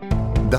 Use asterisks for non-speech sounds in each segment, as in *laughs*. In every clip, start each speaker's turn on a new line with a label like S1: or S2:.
S1: The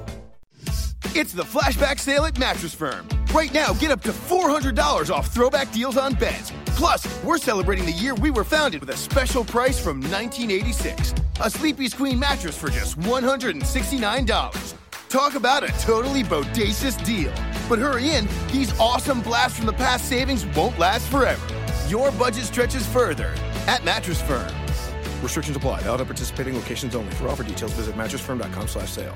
S2: It's the flashback sale at Mattress Firm. Right now, get up to $400 off throwback deals on beds. Plus, we're celebrating the year we were founded with a special price from 1986. A Sleepy's Queen mattress for just $169. Talk about a totally bodacious deal. But hurry in, these awesome blasts from the past savings won't last forever. Your budget stretches further at Mattress Firm. Restrictions apply. Valid at participating locations only. For offer details, visit mattressfirm.com slash sale.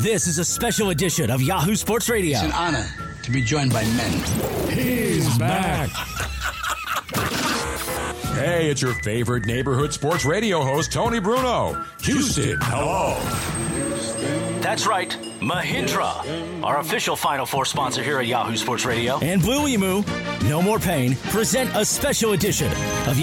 S3: This is a special edition of Yahoo Sports Radio.
S4: It's an honor to be joined by men.
S5: He's back. hey, it's your favorite neighborhood sports radio host, Tony Bruno. Houston, hello.
S6: That's right, Mahindra, our official Final Four sponsor here at Yahoo Sports Radio.
S3: And Blue Emu, No More Pain, present a special edition of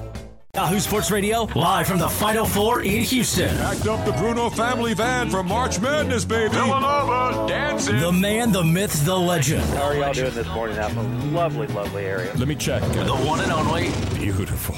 S3: Yahoo Sports Radio, live from the Final Four in Houston.
S5: Packed up the Bruno family van for March Madness, baby. Villanova dancing.
S3: The man, the myth, the legend.
S7: How are y'all doing this morning out in a lovely, lovely area?
S5: Let me check.
S6: The one and only
S5: Beautiful.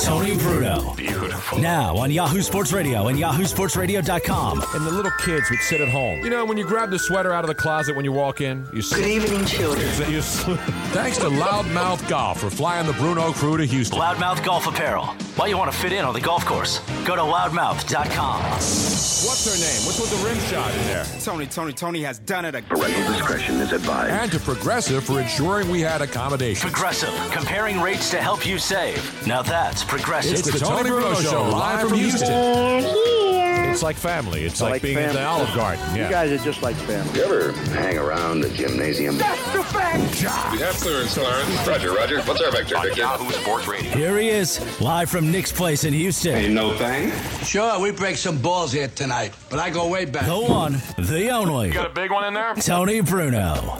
S3: Tony Bruno.
S5: Beautiful.
S3: Now on Yahoo Sports Radio and yahoosportsradio.com.
S5: And the little kids would sit at home. You know, when you grab the sweater out of the closet when you walk in, you
S8: Good evening, children.
S5: you *laughs* Thanks to Loudmouth Golf for flying the Bruno crew to Houston.
S6: Loudmouth Golf Apparel. Why you want to fit in on the golf course? Go to loudmouth.com.
S5: What's her name? What's with the rim shot in there?
S9: Tony, Tony, Tony has done it again.
S10: Parental discretion is advised.
S5: And to Progressive for ensuring we had accommodation.
S6: Progressive, comparing rates to help you save. Now that's Progressive.
S5: It's, the, Tony, Bruno, Show, live from Houston. It's like family. It's like, being at the Olive Garden.
S7: You guys are just like family.
S10: You ever hang around the gymnasium?
S11: We have clearance, Clarence. Roger, Roger. What's our vector, Victor? Yahoo Sports Radio.
S3: Here he is, live from Nick's Place in Houston.
S10: no thing.
S4: Sure, we break some balls here tonight, but I go way back.
S3: The one, the only,
S11: Got a big one in there?
S3: Tony Bruno.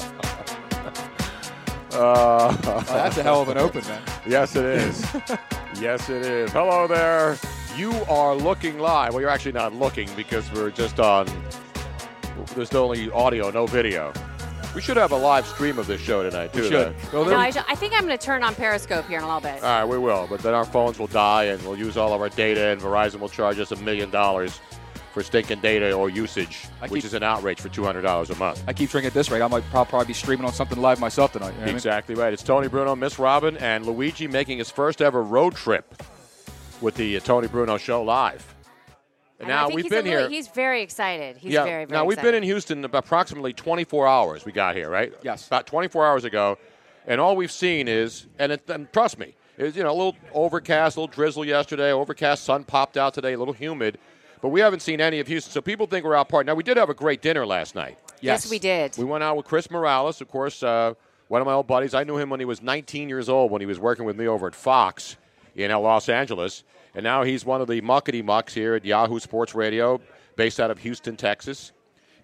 S12: That's a hell of an open, man.
S13: Yes, it is. yes, it is. Hello there. You are looking live. Well, you're actually not looking because we're just on. There's only audio, no video. We should have a live stream of this show tonight, too.
S12: Should.
S13: though.
S12: Well, there-
S8: Elijah, I think I'm going to turn on Periscope here in a little bit.
S13: All right, we will. But then our phones will die, and we'll use all of our data, and Verizon will charge us a million dollars for stinking data or usage,
S12: I
S13: which
S12: keep-
S13: is an outrage for two hundred dollars a month.
S12: I keep drinking at this rate. I might prob- probably be streaming on something live myself tonight. You know what I mean?
S13: Exactly right. It's Tony Bruno, Miss Robin, and Luigi making his first ever road trip with the uh, Tony Bruno Show live.
S8: And I
S13: now
S8: think
S13: we've
S8: he's a
S13: been
S8: little-
S13: here.
S8: He's very excited. He's
S13: yeah.
S8: very, very
S13: now we've
S8: excited.
S13: been in Houston about approximately 24 hours. We got here, right?
S12: Yes.
S13: About 24 hours ago, and all we've seen is, and, it, and trust me, it's you know a little overcast, a little drizzle yesterday, overcast, sun popped out today, a little humid, but we haven't seen any of Houston. So people think we're out partying. Now we did have a great dinner last night.
S8: Yes, we did.
S13: We went out with Chris Morales, of course, uh, one of my old buddies. I knew him when he was 19 years old when he was working with me over at Fox in uh, Los Angeles. And now he's one of the muckety mucks here at Yahoo Sports Radio, based out of Houston, Texas.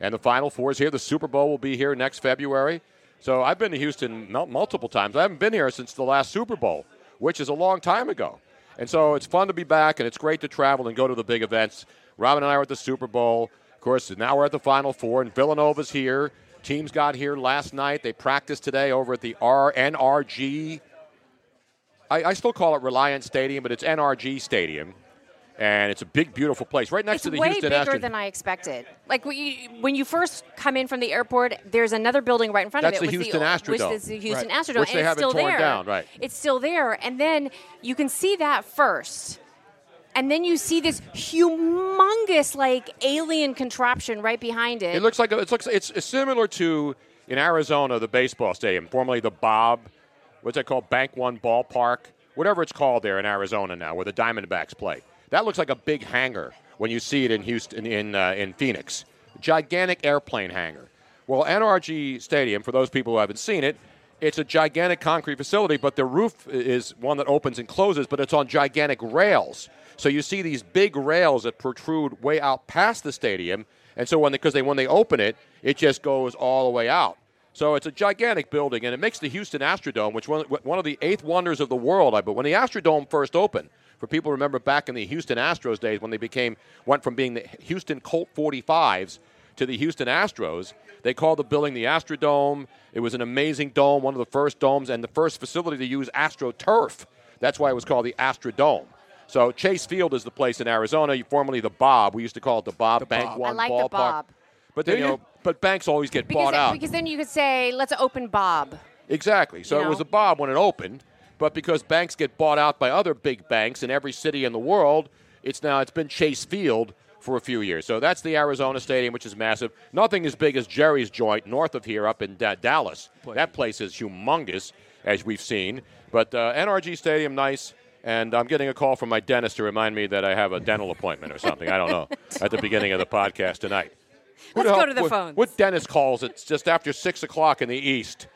S13: And the Final Four is here. The Super Bowl will be here next February. So I've been to Houston mul- multiple times. I haven't been here since the last Super Bowl,
S5: which is a long time ago. And so it's fun to be back, and it's great to travel and go to the big events. Robin and I were at the Super Bowl. Of course, now we're at the Final Four, and Villanova's here. Teams got here last night. They practiced today over at the RNRG. I, I still call it Reliance Stadium, but it's NRG Stadium. And it's a big, beautiful place right next to the
S13: way
S5: Houston
S13: bigger
S5: Astros.
S13: than I expected. Like when you, when you first come in from the airport, there's another building right in front
S5: That's
S13: of it.
S5: the
S13: with
S5: Houston Astrodome.
S13: Which is the Houston
S5: Right.
S13: Astrodome,
S5: Which they
S13: and it's
S5: haven't
S13: still
S5: torn
S13: there.
S5: down, right.
S13: It's still there, and then you can see that first, and then you see this humongous like alien contraption right behind it.
S5: It looks like it looks. It's similar to in Arizona the baseball stadium, formerly the Bob. What's that called? Bank One Ballpark, whatever it's called there in Arizona now, where the Diamondbacks play. That looks like a big hangar when you see it in Houston, in uh, in Phoenix, gigantic airplane hangar. Well, NRG Stadium, for those people who haven't seen it, it's a gigantic concrete facility, but the roof i- is one that opens and closes, but it's on gigantic rails. So you see these big rails that protrude way out past the stadium, and so when because they when they open it, it just goes all the way out. So it's a gigantic building, and it makes the Houston Astrodome, which one, one of the eighth wonders of the world. I but when the Astrodome first opened, for people who remember back in the Houston Astros days when they became went from being the Houston Colt 45s to the Houston Astros. They called the building the Astrodome. It was an amazing dome, one of the first domes, and the first facility to use AstroTurf. That's why it was called the Astrodome. So Chase Field is the place in Arizona, formerly the Bob. We used to call it the Bob Bank
S13: Bob.
S5: One
S13: I like the
S5: Ballpark.
S13: Bob.
S5: But then, you know, but banks always get
S13: because,
S5: bought out.
S13: because then you could say, let's open Bob.
S5: Exactly. So
S13: You
S5: it was
S13: know?
S5: a bob when it opened, but because banks get bought out by other big banks in every city in the world, it's now it's been Chase Field for a few years. So that's the Arizona Stadium, which is massive. Nothing as big as Jerry's Joint north of here, up in da- Dallas. That place is humongous, as we've seen. But uh, NRG Stadium, nice. And I'm getting a call from my dentist to remind me that I have a dental appointment or something. I
S11: *laughs*
S5: don't know. At the beginning of the podcast tonight. Who
S13: Let's
S5: hell-
S13: go to the
S5: what,
S13: phones.
S5: What dentist calls? It's just after six o'clock in the east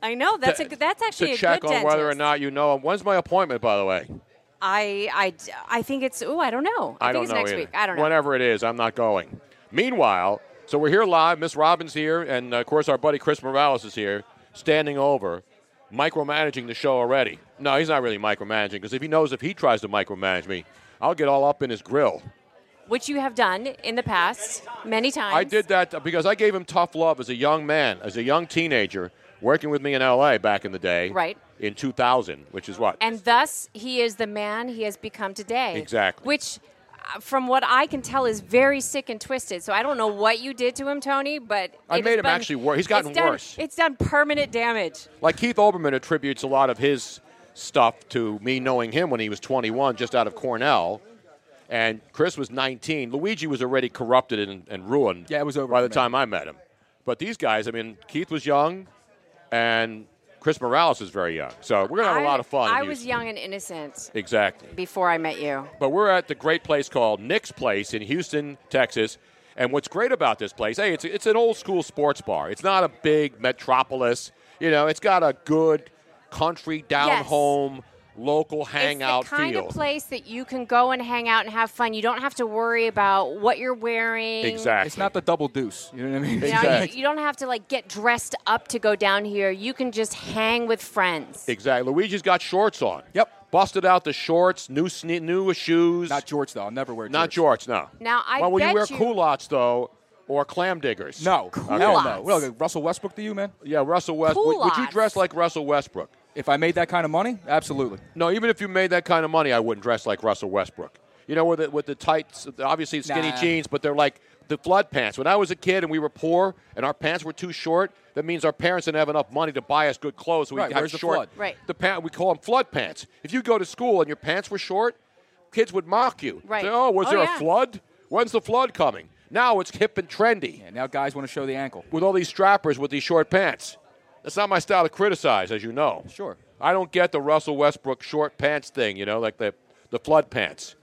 S13: I know that's
S5: to-
S13: a good- that's actually
S5: to
S13: a
S5: check
S13: good
S5: on
S13: dentist.
S5: whether or not you know him. When's my appointment, by the way?
S13: I, I, I think it's. Oh, I don't know. I, think
S5: don't
S13: it's
S5: know
S13: next
S5: either.
S13: week. I don't know.
S5: Whenever it is, I'm not going. Meanwhile, so we're here live. Miss Robbins here, and uh, of course our buddy Chris Morales is here, standing over, micromanaging the show already. No, he's not really micromanaging because if he knows if he tries to micromanage me, I'll get all up in his grill.
S13: Which you have done in the past many times.
S5: I did that because I gave him tough love as a young man, as a young teenager, working with me in L.A. back in the day,
S13: Right.
S5: in 2000, which is what
S13: And thus, he is the man he has become today.
S5: Exactly.
S13: Which, uh, from what I can tell, is very sick and twisted. So I don't know what you did to him, Tony, but.
S5: I
S13: it
S5: made
S13: has
S5: him
S13: been-
S5: actually wor- he's gotten
S13: it's done-
S5: worse.
S13: It's done permanent damage.
S5: Like Keith Olbermann attributes a lot of his stuff to me knowing him when he was 21, just out of Cornell, and Chris was 19. Luigi was already corrupted and, and ruined. Yeah, it was over by the time I met him. But these guys, I mean, Keith was young, and Chris Morales is very young. So we're gonna have a lot of fun. in
S13: I was
S5: Houston.
S13: young and innocent
S5: Exactly.
S13: before I met you.
S5: But we're at the great place called Nick's Place in Houston, Texas. And what's great about this place, hey, it's, it's an old school sports bar. It's not a big metropolis. You know, it's got a good country, down home, local hangout
S13: it's the kind
S5: feel.
S13: of place that you can go and hang out and have fun. You don't have to worry about what you're wearing.
S5: Exactly.
S12: It's not the double deuce. You know what I mean?
S13: You, know, you- you don't have to like get dressed up to go down here. You can just hang with friends.
S5: Exactly. Luigi's got shorts on. Yep. Busted out the shorts, new sne- new shoes. Not shorts, though. I'll never wear Not shorts, no.
S13: Now I
S5: well, will
S13: bet
S5: you wear
S13: you-
S5: culottes, though, or clam diggers? No.
S12: Hell no. Well, Russell Westbrook to you, man?
S5: Yeah, Russell Westbrook. Would- Would you
S12: Culottes.
S5: dress like Russell Westbrook?
S12: If I made that kind of money, absolutely.
S5: No, even if you made that kind of money, I wouldn't dress like Russell Westbrook. You know, with the, with the tights, obviously skinny
S12: Nah.
S5: jeans, but they're like the flood pants. When I was a kid and we were poor and our pants were too short, that means our parents didn't have enough money to buy us good clothes. So we
S12: Right,
S5: had
S12: where's the
S5: short.
S12: flood? Right.
S5: The pa- we call them flood pants. If you go to school and your pants were short, kids would mock you.
S12: Right.
S5: Say, oh, was
S12: Oh,
S5: there
S12: yeah.
S5: a flood? When's the flood coming? Now it's hip and trendy.
S12: now guys want to show the ankle.
S5: With all these strappers with these short pants. That's not my style to criticize, as you know.
S12: Sure.
S5: I don't get the Russell Westbrook short pants thing, you know, like the, the flood pants.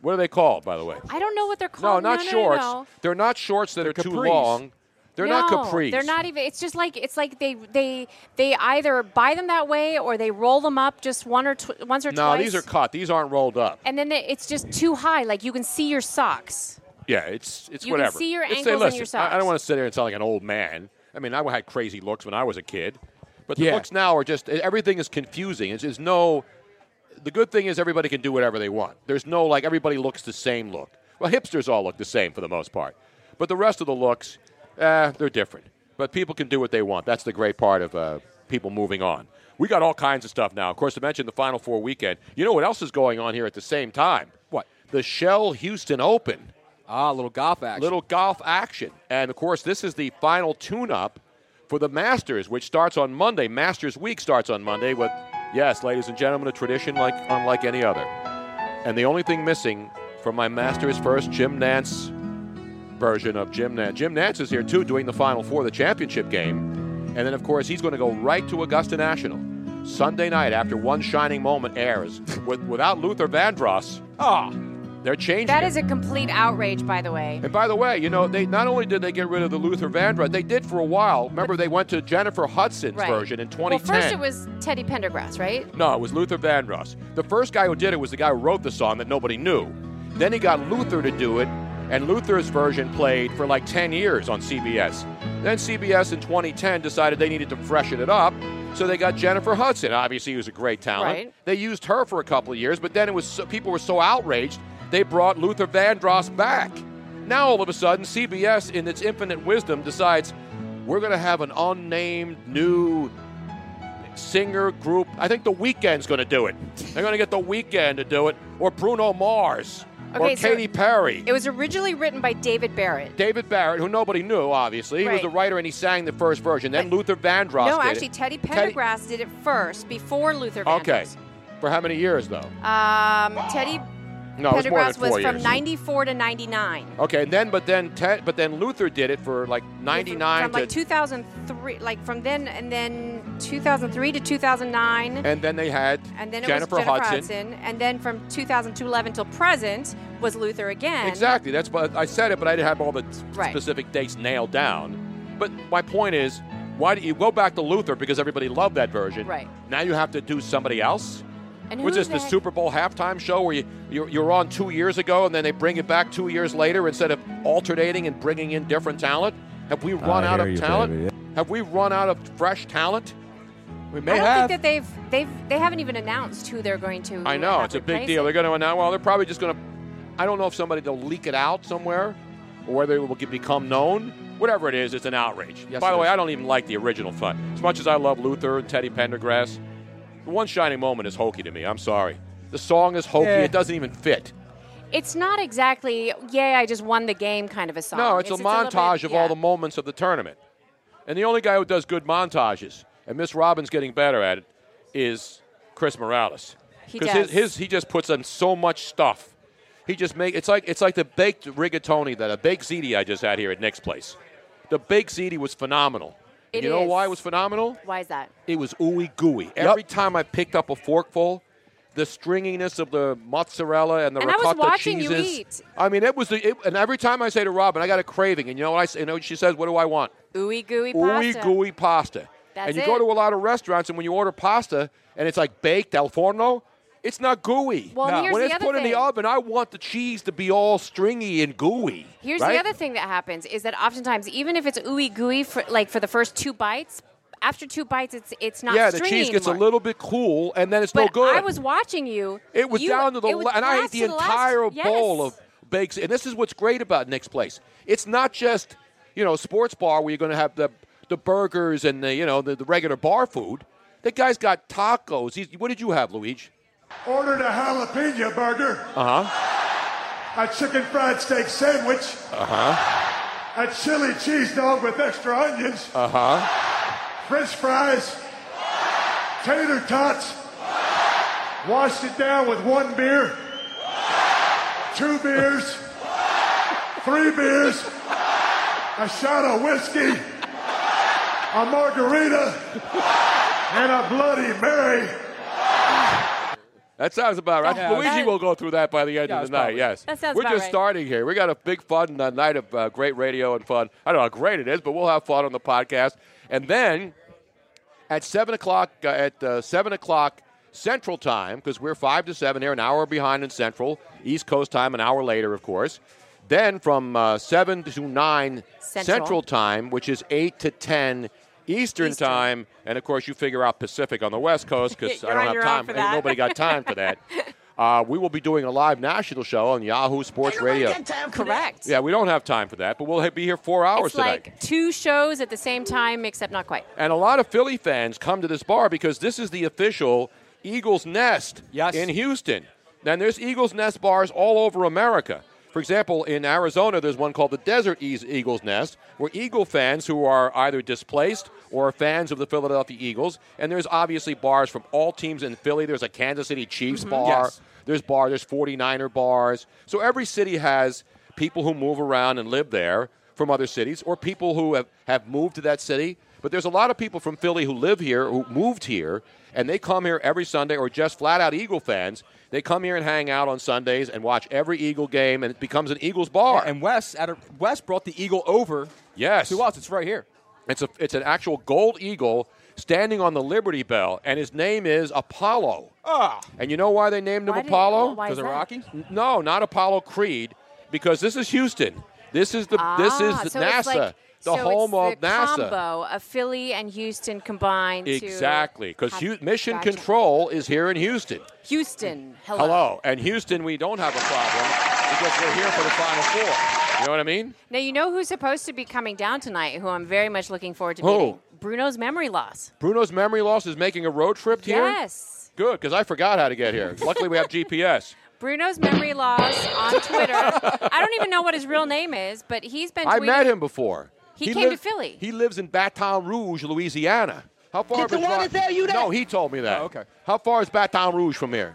S5: What are they called, by the way?
S13: I don't know what they're
S5: No,
S13: called.
S5: not shorts.
S13: No, no.
S5: They're not shorts that are too
S12: capris.
S5: long. They're not
S13: No,
S5: capris.
S13: They're not even. It's just like it's like they they they either buy them that way or they roll them up just one or tw- once or
S5: No,
S13: twice.
S5: these are cut. These aren't rolled up.
S13: And then they, it's just too high. Like you can see your socks.
S5: Yeah, it's it's
S13: You can
S5: whatever.
S13: see your
S5: It's-
S13: ankles and
S5: listen,
S13: your
S5: I- I,
S13: socks.
S5: don't want to sit here and sound like an old man. I mean, I had crazy looks when I was a kid, But the
S14: Yeah.
S5: books now are just everything is confusing. It's, there's no. The good thing is everybody can do whatever they want. There's no like everybody looks the same look. Well, hipsters all look the same for the most part, but the rest of the looks, eh, they're different. But people can do what they want. That's the great part of uh, people moving on. We got all kinds of stuff now. Of course, to mention the Final Four weekend. You know what else is going on here at the same time? What? The Shell Houston Open. Ah, little golf action. Little golf action. And of course, this is the final tune up for the Masters, which starts on Monday. Masters Week starts on Monday with, yes, ladies and gentlemen, a tradition like unlike any other. And the only thing missing from my Masters first Jim Nance version of Jim Nance. Jim Nance is here too, doing the Final Four, the championship game. And then, of course, he's going to go right to Augusta National Sunday night after one shining moment airs with, without Luther Vandross. Ah, they're changing.
S13: That
S5: it.
S13: is a complete outrage, by the way.
S5: And by the way, you know, they not only did they get rid of the Luther Vandross, they did for a while. Remember, they went to Jennifer Hudson's
S13: Right.
S5: version in
S13: Well,
S5: 2010.
S13: first it was Teddy Pendergrass, right?
S5: no, it was Luther Vandross. The first guy who did it was the guy who wrote the song that nobody knew. Then he got Luther to do it, and Luther's version played for like 10 years on CBS. Then CBS in 2010 decided they needed to freshen it up, so they got Jennifer Hudson, obviously, who's a great talent.
S13: Right.
S5: They used her for a couple of years, but then it was so, people were so outraged they brought Luther Vandross back. Now all of a sudden, CBS, in its infinite wisdom, decides we're going to have an unnamed new singer group. I think The Weeknd's going to do it. They're going to get The Weeknd to do it, or Bruno Mars, or
S13: Okay, so-
S5: Katy Perry.
S13: It was originally written by David Barrett.
S5: David Barrett, who nobody knew, obviously, he was
S13: Right.
S5: the writer and he sang the first version. Then Luther Vandross.
S13: no,
S5: did it.
S13: actually, Teddy Pendergrass did it first before Luther Vandross.
S5: Okay, for how many years though?
S13: Um, Teddy
S5: No, it was more than
S13: Pendergrass
S5: four
S13: was from
S5: years.
S13: 94 to 99.
S5: Okay, and then but then Ted, but then Luther did it for like ninety nine
S13: From
S5: to,
S13: like 2003, like from then and then 2003 to 2009.
S5: and then they had
S13: And then it
S5: Jennifer,
S13: was Jennifer
S5: Hudson.
S13: Hudson. And then from 2011 till present was Luther again.
S5: Exactly. That's what I said it, but I didn't have all the s-
S13: Right.
S5: specific dates nailed down. But my point is, why do you go back to Luther because everybody loved that version?
S13: Right.
S5: Now you have to do somebody else.
S13: And
S5: Which
S13: who
S5: is the
S13: that-
S5: Super Bowl halftime show where you you're, you're on two years ago and then they bring it back two years later instead of alternating and bringing in different talent. Have we run
S3: I
S5: out
S3: hear
S5: of
S3: you,
S5: talent?
S3: baby.
S5: Have we run out of fresh talent? We may
S13: I don't
S5: have.
S13: think that they've they've they haven't even announced who they're going to.
S5: I know
S13: have
S5: it's a big
S13: replace
S5: deal.
S13: it.
S5: They're going to announce. Well, they're probably just going to. I don't know if somebody they'll leak it out somewhere, or whether it will get, become known. Whatever it is, it's an outrage.
S14: Yes,
S5: By
S14: it
S5: the way,
S14: is.
S5: I don't even like the original fun. As much as I love Luther and Teddy Pendergrass, the one shining moment is hokey to me. I'm sorry. The song is hokey.
S13: Yeah.
S5: It doesn't even fit.
S13: It's not exactly yay I just won the game kind of a song.
S5: No, it's, a
S13: little
S5: montage
S13: bit-
S5: of
S13: yeah.
S5: all the moments of the tournament. And the only guy who does good montages, and Miss Robbins getting better at it, is Chris Morales.
S14: He
S5: his,
S14: does.
S5: his he just puts on so much stuff. He just make it's like it's like the baked rigatoni that a baked ziti I just had here at Nick's place. The baked ziti was phenomenal.
S13: It
S5: you know
S13: is.
S5: why it was phenomenal?
S13: Why is that?
S5: It was ooey gooey. Every time I picked up a forkful, the stringiness of the mozzarella and the
S13: And I was
S5: ricotta
S13: watching you
S5: cheeses.
S13: eat.
S5: I mean, it was the. It, and every time I say to Robin, I got a craving, and you know what I say? You know, what she says, "What do I want?
S13: Ooey gooey
S5: Ooey
S13: pasta.
S5: gooey pasta."
S13: That's
S5: and you
S13: it.
S5: go to a lot of restaurants, and when you order pasta, and it's like baked al forno, it's not gooey.
S13: Well, and No. here's
S5: when
S13: the
S5: it's
S13: other
S5: put in
S13: thing.
S5: the oven, I want the cheese to be all stringy and gooey.
S13: Here's
S5: right?
S13: the other thing that happens is that oftentimes even if it's ooey gooey for like for the first two bites, after two bites it's it's not
S5: yeah, the
S13: stringy
S5: cheese gets a
S13: anymore.
S5: little bit cool, and then it's
S13: but
S5: no good.
S13: I was watching you.
S5: It was
S13: You-
S5: down to the
S13: it was
S5: la- and I
S13: last
S5: ate the
S13: to last-
S5: entire
S13: yes.
S5: bowl of bakes. And this is what's great about Nick's Place. It's not just you know sports bar where you're going to have the the burgers and the you know the, the regular bar food. The guy's got tacos. He's, what did you have, Luigi?
S15: Ordered a jalapeno burger,
S5: Uh huh. Uh-huh.
S15: a chicken fried steak sandwich,
S5: Uh huh. Uh-huh.
S15: a chili cheese dog with extra onions,
S5: Uh huh.
S15: french fries, tater tots, washed it down with one beer, two beers, three beers, a shot of whiskey, a margarita, and a Bloody Mary.
S5: That sounds about right.
S15: Yeah.
S5: Luigi will go through that by the end
S15: Yeah,
S5: of
S15: that's
S5: the night.
S15: probably-
S5: Yes,
S15: That sounds
S5: we're
S15: about
S5: just
S15: right.
S5: starting here. We got a big fun uh, night of uh, great radio and fun. I don't know how great it is, but we'll have fun on the podcast. And then at seven o'clock uh, at uh, seven o'clock Central Time, because we're five to seven here, an hour behind in Central East Coast time, an hour later, of course. Then from uh, seven to nine
S14: Central.
S5: Central Time, which is eight to ten Eastern, time, and of course you figure out Pacific on the West Coast
S13: *laughs*
S5: because I
S14: You're
S5: don't
S14: on
S5: have
S14: your own
S5: time.
S14: for
S5: Ain't
S14: that.
S5: nobody got time for that. Uh, we will be doing a live national show on Yahoo Sports Radio.
S13: Correct.
S5: Yeah, we don't have time for that, but we'll ha- be here four hours
S13: It's
S5: tonight.
S13: like two shows at the same time, except not quite.
S5: And a lot of Philly fans come to this bar because this is the official Eagles Nest in Houston. And there's Eagles Nest bars all over America. For example, in Arizona, there's one called the Desert Eas- Eagles Nest, where Eagle fans who are either displaced or fans of the Philadelphia Eagles, and there's obviously bars from all teams in Philly. There's a Kansas City Chiefs
S3: Mhm.
S5: bar.
S3: Yes.
S5: There's bar. There's 49er bars. So every city has people who move around and live there from other cities, or people who have, have moved to that city. But there's a lot of people from Philly who live here, who moved here, and they come here every Sunday, or just flat out Eagle fans. They come here and hang out on Sundays and watch every Eagle game, and it becomes an Eagles bar.
S3: And Wes, at a, Wes brought the eagle over.
S5: Yes.
S3: To us, it's right here.
S5: It's a it's an actual gold eagle standing on the Liberty Bell, and his name is Apollo.
S3: Ah.
S5: And you know why they named
S3: Why
S5: him
S3: did-
S5: Apollo?
S3: why is 'Cause of that? Rocky?
S5: N- No, not Apollo Creed, because this is Houston. This is the this is
S13: Ah,
S5: the
S13: so
S5: NASA,
S13: it's like-
S5: the
S13: so it's
S5: home of
S13: the
S5: NASA.
S13: combo of Philly and Houston combined. to
S5: Exactly, because
S13: have-
S5: Mission
S13: Gotcha.
S5: Control is here in Houston.
S13: Houston. Hello.
S5: and Houston, we don't have a problem because we're here for the Final Four. You know what I mean?
S13: Now you know who's supposed to be coming down tonight, who I'm very much looking forward to
S5: Who?
S13: meeting. Bruno's memory loss.
S5: Bruno's memory loss is making a road trip here.
S13: Yes.
S5: Good, because I forgot how to get here. Luckily, we have GPS.
S13: *laughs* Bruno's memory loss on Twitter. I don't even know what his real name is, but he's been.
S5: I
S13: tweeting-
S5: met him before.
S13: He came to Philly.
S5: He lives in Baton Rouge, Louisiana. How far?
S13: Did
S5: of a
S13: the one
S5: drive-
S13: that tell you Oh, that?
S5: No, he told me that. okay. How far is Baton Rouge from here?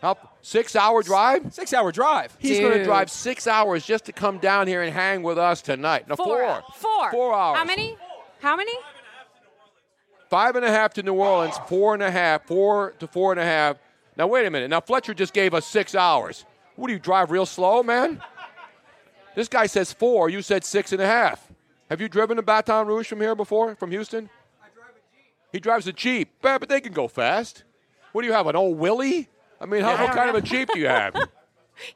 S5: How six-hour drive?
S3: Six-hour drive.
S5: He's going to
S3: Dude.
S5: drive six hours just to come down here and hang with us tonight. No,
S13: Four.
S5: four.
S13: Four.
S5: Four hours.
S13: How many? How many?
S5: Five and a half to New Orleans. Four and a half. Four to four and a half. Now wait a minute. Now Fletcher just gave us six hours. What do you drive real slow, man? This guy says four. You said six and a half. Have you driven to Baton Rouge from here before? From Houston? He drives a Jeep. Yeah, but they can go fast. What do you have, an old Willie? I mean, how,
S13: Yeah, I
S5: what
S13: don't
S5: kind
S13: know.
S5: of a
S13: *laughs*
S5: Jeep do you have?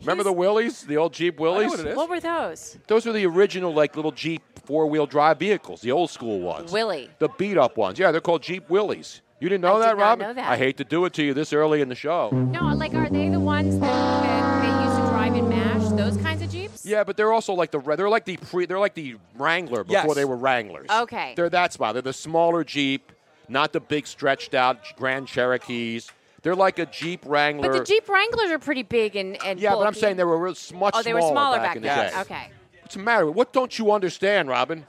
S5: Remember the Willies? The old Jeep Willies?
S13: What were those?
S5: Those are the original, like, little Jeep four-wheel drive vehicles, the old school ones.
S13: Willie.
S5: The beat-up ones. Yeah, they're called Jeep Willies. You didn't know
S13: I
S5: that,
S13: did not
S5: Robin?
S13: know that.
S5: I hate to do it to you this early in the show.
S13: No, like are they the ones that, that they used to drive in Mash? Those kinds of jeeps?
S5: Yeah, but they're also like the re- they're like the pre they're like the Wrangler before
S3: Yes.
S5: they were Wranglers.
S13: Okay.
S5: They're that small. They're the smaller Jeep, not the big stretched out Grand Cherokees. They're like a Jeep Wrangler.
S13: But the Jeep Wranglers are pretty big and, and
S5: Yeah, but I'm
S13: bulky.
S5: saying they were real s- much
S13: Oh, they were
S5: smaller
S13: smaller
S5: back
S13: back,
S5: in the
S13: then.
S5: day.
S13: Okay.
S5: What's the matter? What don't you understand, Robin?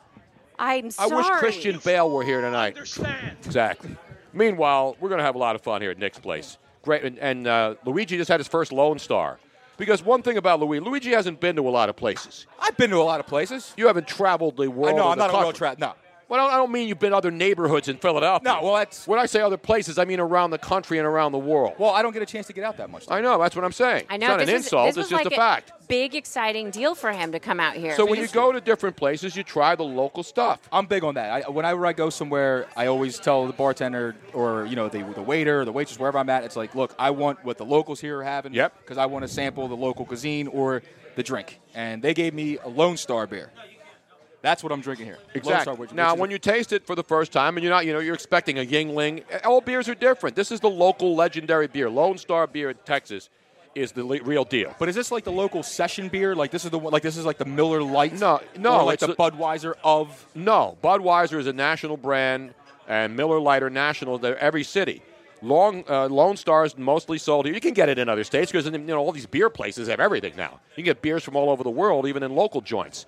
S13: I'm
S5: I
S13: sorry.
S5: wish Christian Bale were here tonight. Exactly. Meanwhile, we're going to have a lot of fun here at Nick's place. Great, and, and uh, Luigi just had his first Lone Star. Because one thing about Luigi, Luigi hasn't been to a lot of places.
S3: I've been to a lot of places.
S5: You haven't traveled the world.
S3: I know.
S5: or
S3: I'm
S5: the
S3: not a world
S5: country.
S3: trap. No.
S5: Well, I don't- I don't mean you've been to other neighborhoods in Philadelphia. No, well, that's. When I say other places, I mean around the country and around the world.
S3: Well, I don't get a chance to get out that much.
S5: I know, that's what I'm saying.
S13: I know
S5: it's not
S13: this
S5: an
S13: was-
S5: insult,
S13: this was
S5: it's just
S13: like
S5: a fact.
S13: Big exciting deal for him to come out here.
S5: So when you go to different places, you try the local stuff.
S3: I'm big on that. I, whenever I go somewhere, I always tell the bartender or you know the, the waiter, the waitress, wherever I'm at, it's like, look, I want what the locals here are having. Yep. Because I want to sample the local cuisine or the drink, and they gave me a Lone Star beer. That's what I'm drinking here. Lone Star,
S5: Exactly.
S3: which,
S5: now, when you taste it for the first time, and you're not, you know, you're expecting a Yingling. All beers are different. This is the local legendary beer. Lone Star beer in Texas is the le- real deal.
S3: but is this like the local session beer? Like this is the one, like this is like the Miller Light? No,
S5: no,
S3: or like
S5: it's
S3: the
S5: a-
S3: Budweiser of.
S5: No, Budweiser is a national brand, and Miller Lite are national. They're every city. Long uh, Lone Star is mostly sold here. You can get it in other states because you know all these beer places have everything now. You can get beers from all over the world, even in local joints.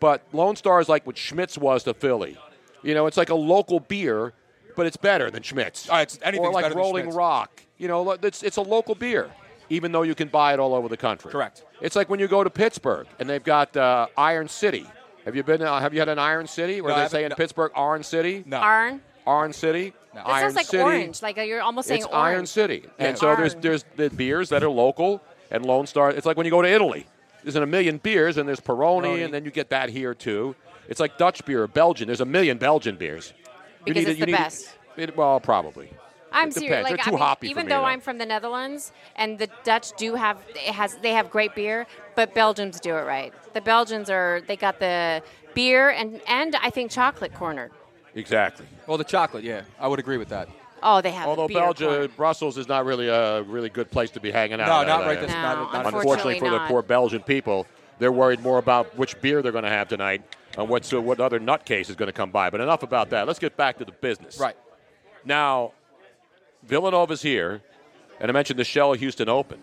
S5: But Lone Star is like what Schmitz was to Philly. You know, it's like a local beer, but it's better than Schmitz.
S3: Oh, it's- anything's
S5: or like
S3: better than
S5: Rolling
S3: Schmitz.
S5: Rock. You know, lo- it's it's a local beer, even though you can buy it all over the country. Correct. It's like when you go to Pittsburgh and they've got uh, Iron City. Have you been? Uh, have you had an Iron City? Where
S3: No, I
S5: they say in
S3: haven't-
S5: Pittsburgh, Iron City?
S3: No.
S13: Iron?
S5: Iron City?
S13: That
S5: Iron
S13: sounds like
S5: City.
S13: orange. Like you're almost saying
S5: It's
S13: orange.
S5: Iron City. And
S13: Yeah.
S5: so there's there's the beers that are local and Lone Star. It's like when you go to Italy. There's a million beers and there's Peroni,
S3: Peroni.
S5: and then you get that here too. It's like Dutch beer, Belgian. There's a million Belgian beers.
S13: Because it's the best.
S5: it- well, probably.
S13: I'm
S5: It
S13: serious.
S5: depends.
S13: Like
S5: They're too
S13: I mean,
S5: hoppy for
S13: even
S5: me,
S13: though
S5: though.
S13: I'm from the Netherlands and the Dutch do have it has they have great beer, but Belgians do it right. The Belgians are they got the beer and and I think chocolate cornered.
S3: Exactly.
S5: Well, the chocolate, yeah, I would agree with that.
S13: Oh, they have.
S3: Although
S13: beer
S3: Belgium, Brussels is not really a really good place to be hanging out.
S5: No,
S3: at,
S5: not
S3: uh,
S5: right this- No, not- not at this
S3: unfortunately for
S5: time. not.
S3: the poor Belgian people, they're worried more about which beer they're going to have tonight and what's, uh, what other nutcase is going to come by. But enough about that. Let's get back to the business.
S5: Right.
S3: Now, Villanova's here, and I mentioned the Shell Houston Open.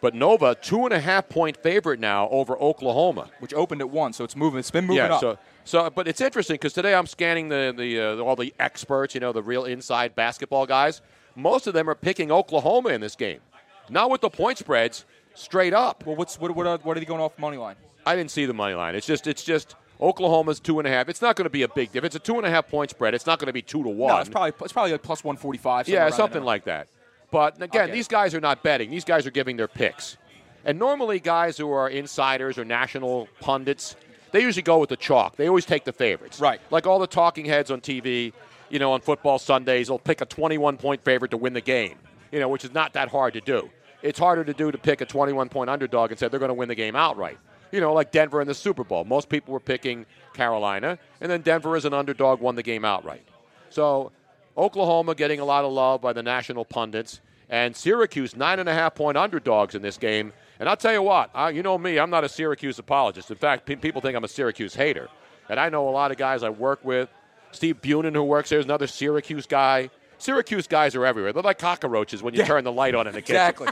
S3: But Nova, two and a half point favorite now over Oklahoma,
S5: which opened at one, so it's moving. It's been moving
S3: yeah,
S5: up.
S3: So, so, but it's interesting because today I'm scanning the, the uh, all the experts, you know, the real inside basketball guys. Most of them are picking Oklahoma in this game, not with the point spreads, straight up.
S5: Well, what's what what are, what are they going off money line?
S3: I didn't see the money line. It's just it's just Oklahoma's two and a half. It's not going to be a big. If it's a two and a half point spread, it's not going to be two to one.
S5: No, it's probably it's probably like plus one forty five.
S3: Yeah, something like that. But again, these guys are not betting. These guys are giving their picks. And normally, guys who are insiders or national pundits, they usually go with the chalk. They always take the favorites. Right. Like all the talking heads on TV, you know, on football Sundays, they'll pick a 21 point favorite to win the game, you know, which is not that hard to do. It's harder to do to pick a 21 point underdog and say they're going to win the game outright. You know, like Denver in the Super Bowl. Most people were picking Carolina, and then Denver as an underdog won the game outright. So Oklahoma getting a lot of love by the national pundits, and Syracuse nine and a half point underdogs in this game. And I'll tell you what, I, you know me, I'm not a Syracuse apologist. In fact, pe- people think I'm a Syracuse hater, and I know a lot of guys I work with. Steve Bunin, who works there, is another Syracuse guy. Syracuse guys are everywhere. They're like cockroaches when you turn the light on in the kitchen.
S5: Exactly.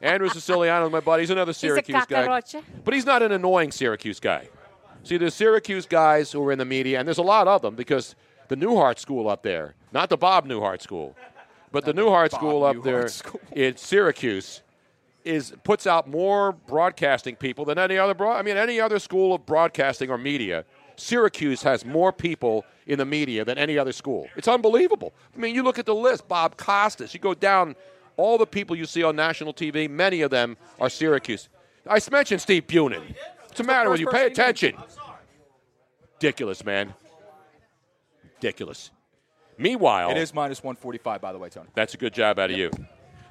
S3: Andrew Siciliano, my buddy, he's another Syracuse guy. But he's not an annoying Syracuse guy. See, there's Syracuse guys who are in the media, and there's a lot of them because the Newhart School up there, not the Bob Newhart School, but the Newhart School up there in Syracuse, is puts out more broadcasting people than any other. Broad, I mean, any other school of broadcasting or media. Syracuse has more people in the media than any other school. It's unbelievable. I mean, you look at the list: Bob Costas. You go down all the people you see on national TV. Many of them are Syracuse. I mentioned Steve Bunin. What's the matter with you? Pay attention. Ridiculous, man. Ridiculous. Meanwhile,
S5: It is minus one forty five, by the way, Tony.
S3: that's a good job out of you.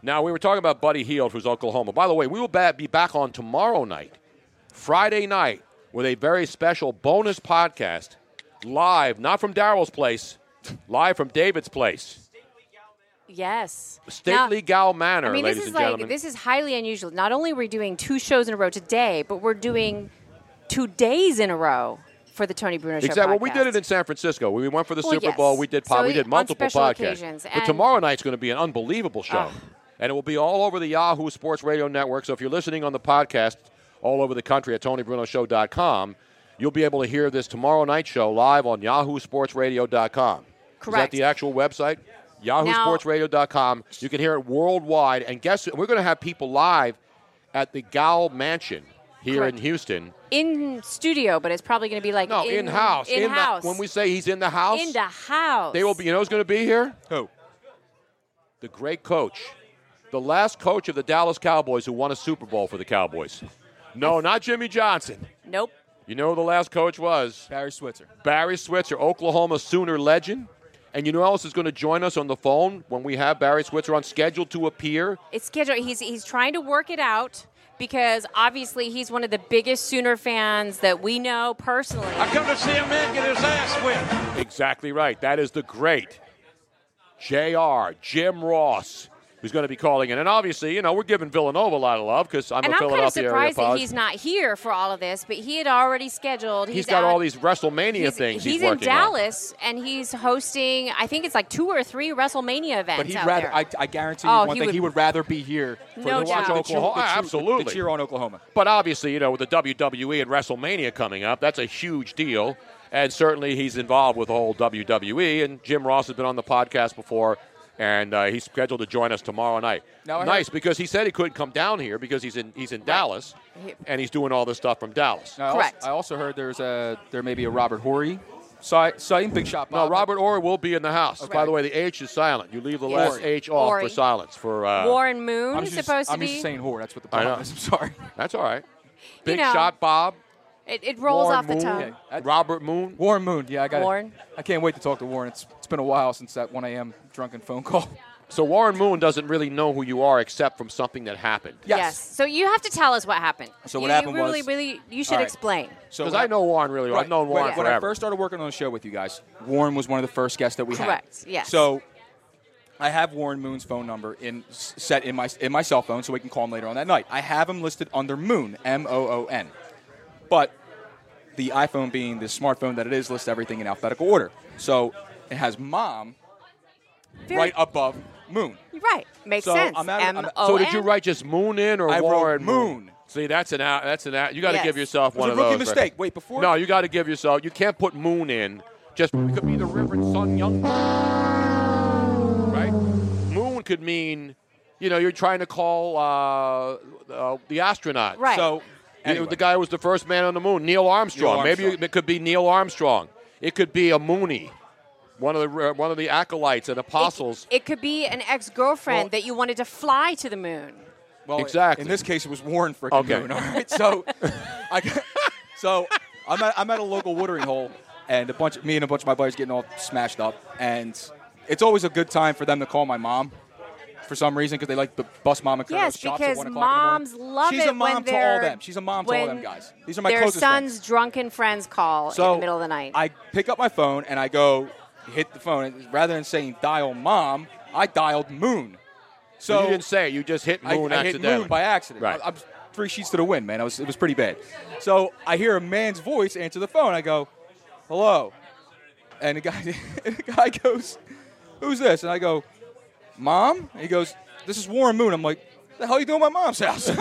S3: Now, we were talking about Buddy Heald, who's Oklahoma. By the way, we will ba- be back on tomorrow night, Friday night, with a very special bonus podcast live, not from Daryl's place, live from David's place.
S13: Yes.
S3: Stately Gal Manor,
S13: I mean,
S3: ladies
S13: this is
S3: and
S13: like
S3: gentlemen.
S13: this is highly unusual. Not only are we doing two shows in a row today, but we're doing two days in a row for the Tony Bruno Show.
S3: Exactly. Well, we
S13: podcast.
S3: did it in San Francisco. We went for the
S13: Well,
S3: Super
S13: yes.
S3: Bowl. We did pod,
S13: So
S3: we did
S13: on
S3: multiple
S13: special
S3: podcasts.
S13: occasions,
S3: but
S13: and-
S3: tomorrow night's going to be an unbelievable show,
S13: Ugh.
S3: and it will be all over the Yahoo Sports Radio Network. So if you're listening on the podcast all over the country at TonyBrunoShow.com, you'll be able to hear this tomorrow night show live on YahooSportsRadio.com. Is that
S13: Correct.
S3: the actual website? YahooSportsRadio.com. You can hear it worldwide, and guess what? we're going to have people live at the Gal Mansion here
S13: Correct.
S3: in Houston.
S13: in studio, but it's probably going to be like
S3: No,
S13: in,
S3: in-house. In the-
S13: In house.
S3: when we say he's in the house,
S13: in the house.
S3: They will be. You know who's going to be here?
S5: Who?
S3: The great coach, the last coach of the Dallas Cowboys who won a Super Bowl for the Cowboys. No, not Jimmy Johnson.
S13: Nope.
S3: You know who the last coach was?
S5: Barry Switzer.
S3: Barry Switzer, Oklahoma Sooner legend. And you know who else is going to join us on the phone when we have Barry Switzer on schedule to appear?
S13: It's scheduled. He's he's trying to work it out because obviously he's one of the biggest Sooner fans that we know personally. I
S16: come to see a man get his ass whipped.
S3: Exactly right. That is the great J.R. Jim Ross, who's going to be calling in. And obviously, you know, we're giving Villanova a lot of love because I'm
S13: and
S3: a
S13: I'm kind
S3: Philadelphia
S13: of surprised
S3: area
S13: that
S3: poli-
S13: he's not here for all of this, but he had already scheduled.
S3: he's got
S13: out-
S3: all these WrestleMania
S13: he's,
S3: things he's,
S13: he's in
S3: working on.
S13: Dallas and he's hosting. I think it's like two or three Wrestlemania events.
S5: But he'd
S13: out
S5: rather.
S13: there.
S5: I, I guarantee you
S13: Oh,
S5: one
S13: he
S5: thing.
S13: would-
S5: He would rather be here for
S13: No
S5: the, the,
S13: doubt.
S5: cheer-
S13: Watch
S5: the
S3: Oklahoma.
S5: cheer-
S3: Absolutely.
S5: The cheer on Oklahoma.
S3: But obviously, you know, with the WWE and WrestleMania coming up, that's a huge deal. And certainly he's involved with the whole WWE. And Jim Ross has been on the podcast before, and uh, he's scheduled to join us tomorrow night.
S5: Now, I heard-
S3: nice, because he said he couldn't come down here because he's in, he's in Dallas,
S13: He-
S3: and he's doing all this stuff from Dallas.
S5: Now, I also- I also heard there's a there may be a Robert Horry site, site big shot.
S3: No, Robert Orr will be in the house. By the way, the H is silent. You leave the
S13: Yes.
S3: last H off
S13: Orry.
S3: for silence. For uh,
S13: Warren Moon
S5: I'm
S13: is
S5: just-
S13: supposed
S5: I'm
S13: to
S5: just
S13: be.
S5: saying whore. That's what the
S3: I know.
S5: problem is. I'm sorry. *laughs*
S3: That's all right.
S13: You
S3: Big
S13: know.
S3: shot, Bob.
S13: It, it rolls
S3: Warren
S13: off the
S3: Moon.
S13: tongue.
S3: Okay. Robert Moon.
S5: Warren Moon. Yeah, I got
S13: Warren.
S5: I can't wait to talk to Warren. It's, it's been a while since that 1 a.m. drunken phone call.
S3: So Warren Moon doesn't really know who you are except from something that happened.
S13: Yes. So you have to tell us what happened.
S3: So what
S13: You- you
S3: happened
S13: really,
S3: was-
S13: Really, you should
S5: All right.
S13: explain.
S5: So
S3: Because
S5: when
S3: I know Warren really well. I've known Warren
S5: when, when I
S3: forever.
S5: first started working on the show with you guys, Warren was one of the first guests that we
S13: Correct,
S5: had.
S13: yes.
S5: So I have Warren Moon's phone number in s- set in my in my cell phone, so we can call him later on that night. I have him listed under Moon, M O O N, but the iPhone being the smartphone that it is, lists everything in alphabetical order. So it has mom
S13: Very-
S5: right above Moon.
S13: Right. Makes
S3: Oh,
S5: So
S13: sense.
S5: I'm at- I'm
S13: M
S5: at-
S13: O
S3: So did you
S13: N.
S3: write just Moon in or
S5: I wrote
S3: Warren
S5: Moon?
S3: See, that's an out. That's an out. You got to
S5: Yes.
S3: give yourself
S5: It was
S3: one
S5: a
S3: of
S5: rookie
S3: those. right?
S5: mistake. Wait, before-
S3: No, you got to give yourself. You can't put Moon in. Just it could be the Reverend Son Young. Right. Moon could mean, you know, you're trying to call uh, uh, the astronaut.
S4: Right.
S3: So. you know,
S4: anyway.
S3: the guy who was the first man on the moon, Neil Armstrong.
S4: Neil
S3: Maybe it could be Neil Armstrong. It could be a Mooney, one of the one of the acolytes and apostles.
S13: It could be an ex-girlfriend that you wanted to fly to the moon.
S5: Well,
S3: Exactly.
S5: In this case, it was Warren freaking
S3: Okay.
S5: Moon. *laughs* All right, so I, got- so I'm at, I'm at a local watering hole, and a bunch of me and a bunch of my buddies getting all smashed up, and
S3: *laughs*
S5: it's always a good time for them to call my mom. For some reason, because they like to bust mom and Colonel's
S13: Yes,
S5: shops at
S13: because
S5: one o'clock in the morning.
S13: moms love
S5: She's
S13: it
S5: a mom
S13: when
S5: to all
S13: they're
S5: them. She's a mom to all them
S13: when
S5: guys. These are my
S13: their
S5: closest
S13: son's drunken friends call in
S5: So,
S13: the middle of the night.
S5: I pick up my phone and I go hit the phone. and Rather than saying dial mom, I dialed moon. So
S3: you didn't say it, you just hit
S5: I-
S3: moon
S5: I,
S3: accidentally.
S5: hit moon by accident.
S3: Right.
S5: I, am three sheets to the wind, man. I was, it was pretty bad. So I hear a man's voice answer the phone. I go, hello, and the guy, and *laughs* the guy goes, who's this? And I go, mom. And he goes, this is Warren Moon. I'm like. The hell you doing at my mom's house? *laughs*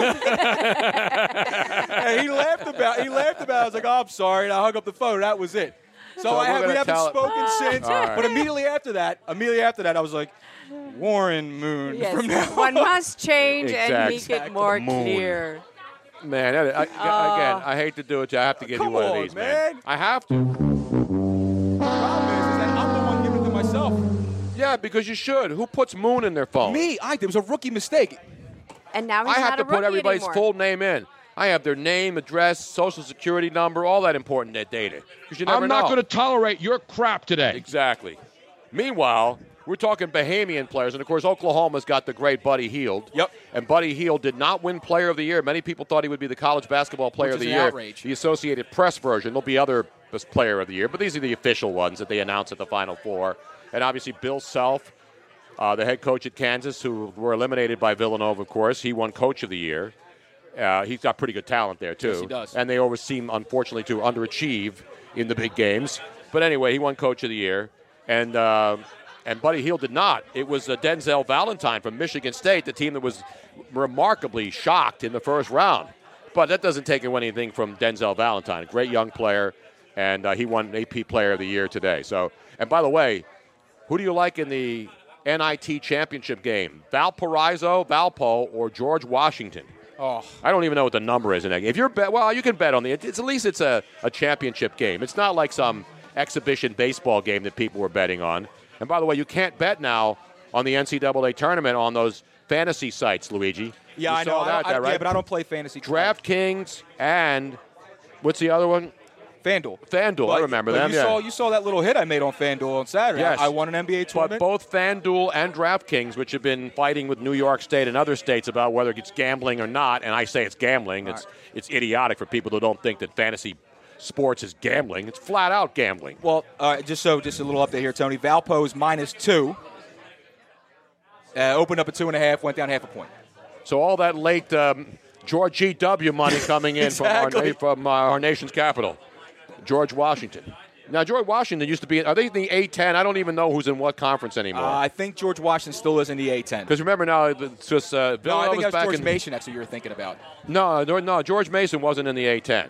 S5: and he laughed about. He laughed about. it. I was like, "Oh, I'm sorry," and I hung up the phone. That was it. So,
S4: So
S5: I
S4: we're
S5: have, we
S4: gonna
S5: haven't
S4: tell it-
S5: spoken
S4: *laughs*
S5: since.
S4: All right.
S5: But immediately after that, immediately after that, I was like, Warren Moon.
S13: Yes,
S5: From now
S13: *laughs* one
S5: on.
S13: must change and make
S3: Exactly.
S13: it more
S3: Moon.
S13: clear. Ah.
S3: Man, I, I- again, I hate to do it. to you. I have to give you one of these, man. I have to.
S5: I'm the one giving it to myself.
S3: Yeah, because you should. Who puts Moon in their phone?
S5: Me, I. It was a rookie mistake.
S13: And now he's
S3: I have
S13: not
S3: to
S13: a rookie
S3: put everybody's
S13: anymore.
S3: full name in. I have their name, address, social security number, all that important that data. 'Cause you never
S4: I'm not
S3: know.
S4: going to tolerate your crap today.
S3: Exactly. Meanwhile, we're talking Bahamian players, and of course, Oklahoma's got the great Buddy Heald. Yep. And Buddy Heald did not win Player of the Year. Many people thought he would be the College Basketball Player
S5: Which
S3: of
S5: is
S3: the
S5: an
S3: Year.
S5: outrage.
S3: The Associated Press version. There'll be other best Player of the Year, but these are the official ones that they announce at the Final Four. And obviously, Bill Self, uh, the head coach at Kansas, who were eliminated by Villanova, of course, he won Coach of the Year. Uh, he's got pretty good talent there too.
S5: Yes, he does.
S3: And they always seem, unfortunately, to underachieve in the big games. But anyway, he won Coach of the Year, and uh, and Buddy Hield did not. It was uh, Denzel Valentine from Michigan State, the team that was remarkably shocked in the first round. But that doesn't take away anything from Denzel Valentine, a great young player, and uh, he won AP Player of the Year today. So, and by the way, who do you like in the NIT championship game? Valparaiso, Valpo, or George Washington?
S5: Oh.
S3: I don't even know what the number is in that game. If you're bet, well, you can bet on the. It's at least it's a, a championship game. It's not like some exhibition baseball game that people were betting on. And by the way, you can't bet now on the NCAA tournament on those fantasy sites, Luigi.
S5: Yeah,
S3: You
S5: I know.
S3: saw
S5: I
S3: That,
S5: don't- I-
S3: that, right?
S5: Yeah, but I don't play fantasy.
S3: DraftKings and what's the other one?
S5: FanDuel.
S3: FanDuel. I
S5: But-
S3: remember
S5: but
S3: them.
S5: You
S3: yeah.
S5: saw you saw that little hit I made on FanDuel on Saturday.
S3: Yes.
S5: I, I won an NBA
S3: But
S5: tournament.
S3: both FanDuel and DraftKings, which have been fighting with New York State and other states about whether it's gambling or not, and I say it's gambling. It's it's idiotic for people who don't think that fantasy sports is gambling. It's flat out gambling.
S5: Well, all right, just so just a little update here, Tony. Valpo is minus two. Uh, opened up at two and a half, went down half a point.
S3: So all that late um, George G. W. money coming in from our
S5: Exactly.
S3: na- from uh, our nation's capital, George Washington. Now George Washington used to be. Are they in the A10? I don't even know who's in what conference anymore.
S5: Uh, I think George Washington still is in the A10.
S3: because remember now, it's just uh,
S5: No, I think
S3: Villanova's
S5: that was
S3: back
S5: George
S3: in
S5: Mason. That's what you were thinking about.
S3: No, no, no, George Mason wasn't in the A10.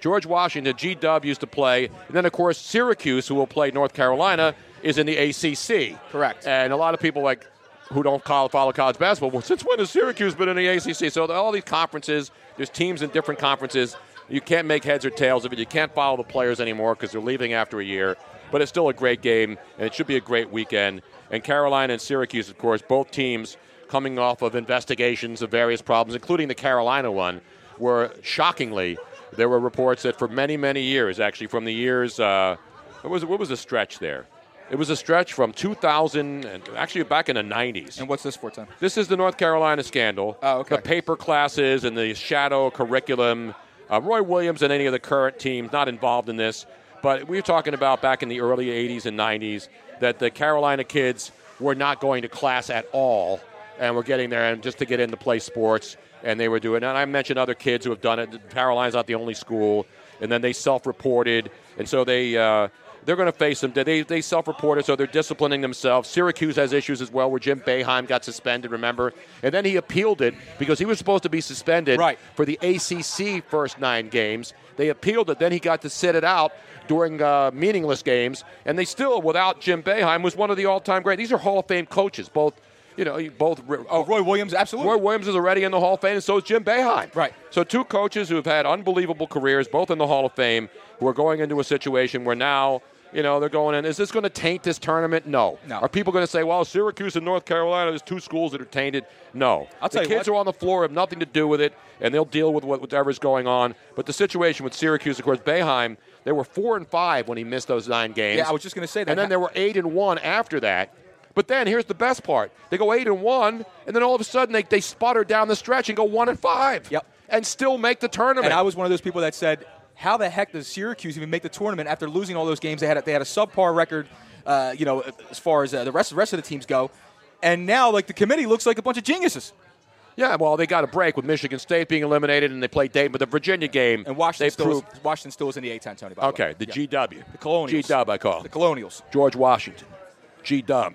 S3: George Washington, G Dub used to play, and then of course Syracuse, who will play North Carolina, is in the ACC. Correct. And a lot of people like who don't call, follow college basketball. Well, since when has Syracuse been in the ACC? So there are all these conferences, there's teams in different conferences. You can't make heads or tails of it. You can't follow the players anymore because they're leaving after a year. But it's still a great game, and it should be a great weekend. And Carolina and Syracuse, of course, both teams coming off of investigations of various problems, including the Carolina one, where shockingly there were reports that for many, many years, actually from the years, uh, what was what was the stretch there?
S5: It was a stretch from 2000, and actually back in the 90s. And
S3: what's this for, Tim?
S5: This is the North Carolina scandal.
S3: Oh, okay.
S5: The paper classes and the shadow curriculum. Uh, Roy Williams and any of the current teams not involved in this, but we were talking about back in the early 80s and 90s that the Carolina kids were not going to class at all and were getting there and just to get in to play sports, and they were doing it. And I mentioned other kids who have done it. Carolina's not the only school. And then they self reported, and so they. Uh, they're going to face them. They, they self reported, so they're disciplining themselves. Syracuse has issues as well, where Jim Beheim got suspended, remember? And then he appealed it because he was supposed to be suspended
S3: Right.
S5: for the ACC first nine games. They appealed it. Then he got to sit it out during uh, meaningless games. And they still, without Jim Beheim, was one of the all time great. These are Hall of Fame coaches, both. You know, both. Oh,
S3: Roy Williams, absolutely.
S5: Roy Williams is already in the Hall of Fame, and so is Jim Beheim. Right. So, two coaches who have had unbelievable careers, both in the Hall of Fame, who are going into a situation where now, you know, they're going in. Is this going to taint this tournament? No.
S3: No.
S5: Are people going to say, well, Syracuse and North Carolina, there's two schools that are tainted? No.
S3: I'll tell
S5: the
S3: you
S5: kids
S3: what.
S5: are on the floor, have nothing to do with it, and they'll deal with what- whatever's going on. But the situation with Syracuse, of course, Beheim, they were four and five when he missed those nine games.
S3: Yeah, I was just going to say that.
S5: And then they were eight and one after that. But then here's the best part: they go eight and one, and then all of a sudden they, they sputter down the stretch and go one and five. Yep. And still make the tournament.
S3: And I was one of those people that said, "How the heck does Syracuse even make the tournament after losing all those games? They had a, they had a subpar record, uh, you know, as far as uh, the rest the rest of the teams go, and now like the committee looks like a bunch of geniuses."
S5: Yeah, well, they got a break with Michigan State being eliminated, and they played Dayton, but the Virginia game
S3: And Washington
S5: they
S3: still
S5: proved.
S3: is, Washington still is in the A-10, Tony. By
S5: Okay, the
S3: the way. Yeah.
S5: GW. The
S3: Colonials.
S5: G Dub, I call.
S3: The Colonials.
S5: George Washington. G Dub.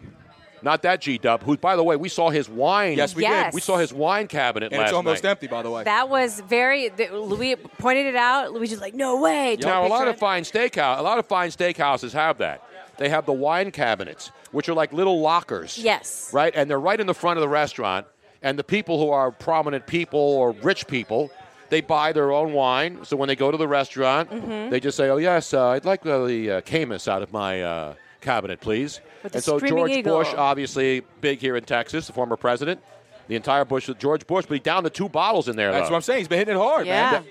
S5: Not that G Dub, who, by the way, we saw his wine.
S13: Yes, we did. Yes.
S5: We saw his wine cabinet
S3: And
S5: last
S3: it's almost
S5: night.
S3: empty, by the way.
S13: That was very. th- Louis pointed it out. Luigi's like, no way. took
S5: Now a lot
S13: picture.
S5: of fine steakhouse, a lot of fine steakhouses have that. They have the wine cabinets, which are like little lockers.
S13: Yes.
S5: Right, and they're right in the front of the restaurant. And the people who are prominent people or rich people, they buy their own wine. So when they go to the restaurant,
S17: Mhm.
S5: they just say, "Oh yes, uh, I'd like uh, the uh, Camus out of my uh, cabinet, please."
S17: With the
S5: and so
S17: Screaming
S5: George
S17: Eagle.
S5: Bush, uh, obviously big here in Texas, the former president. The entire Bush, George Bush, but he down to two bottles in there.
S3: That's
S5: though.
S3: what I'm saying. He's been hitting it hard, man.
S5: uh,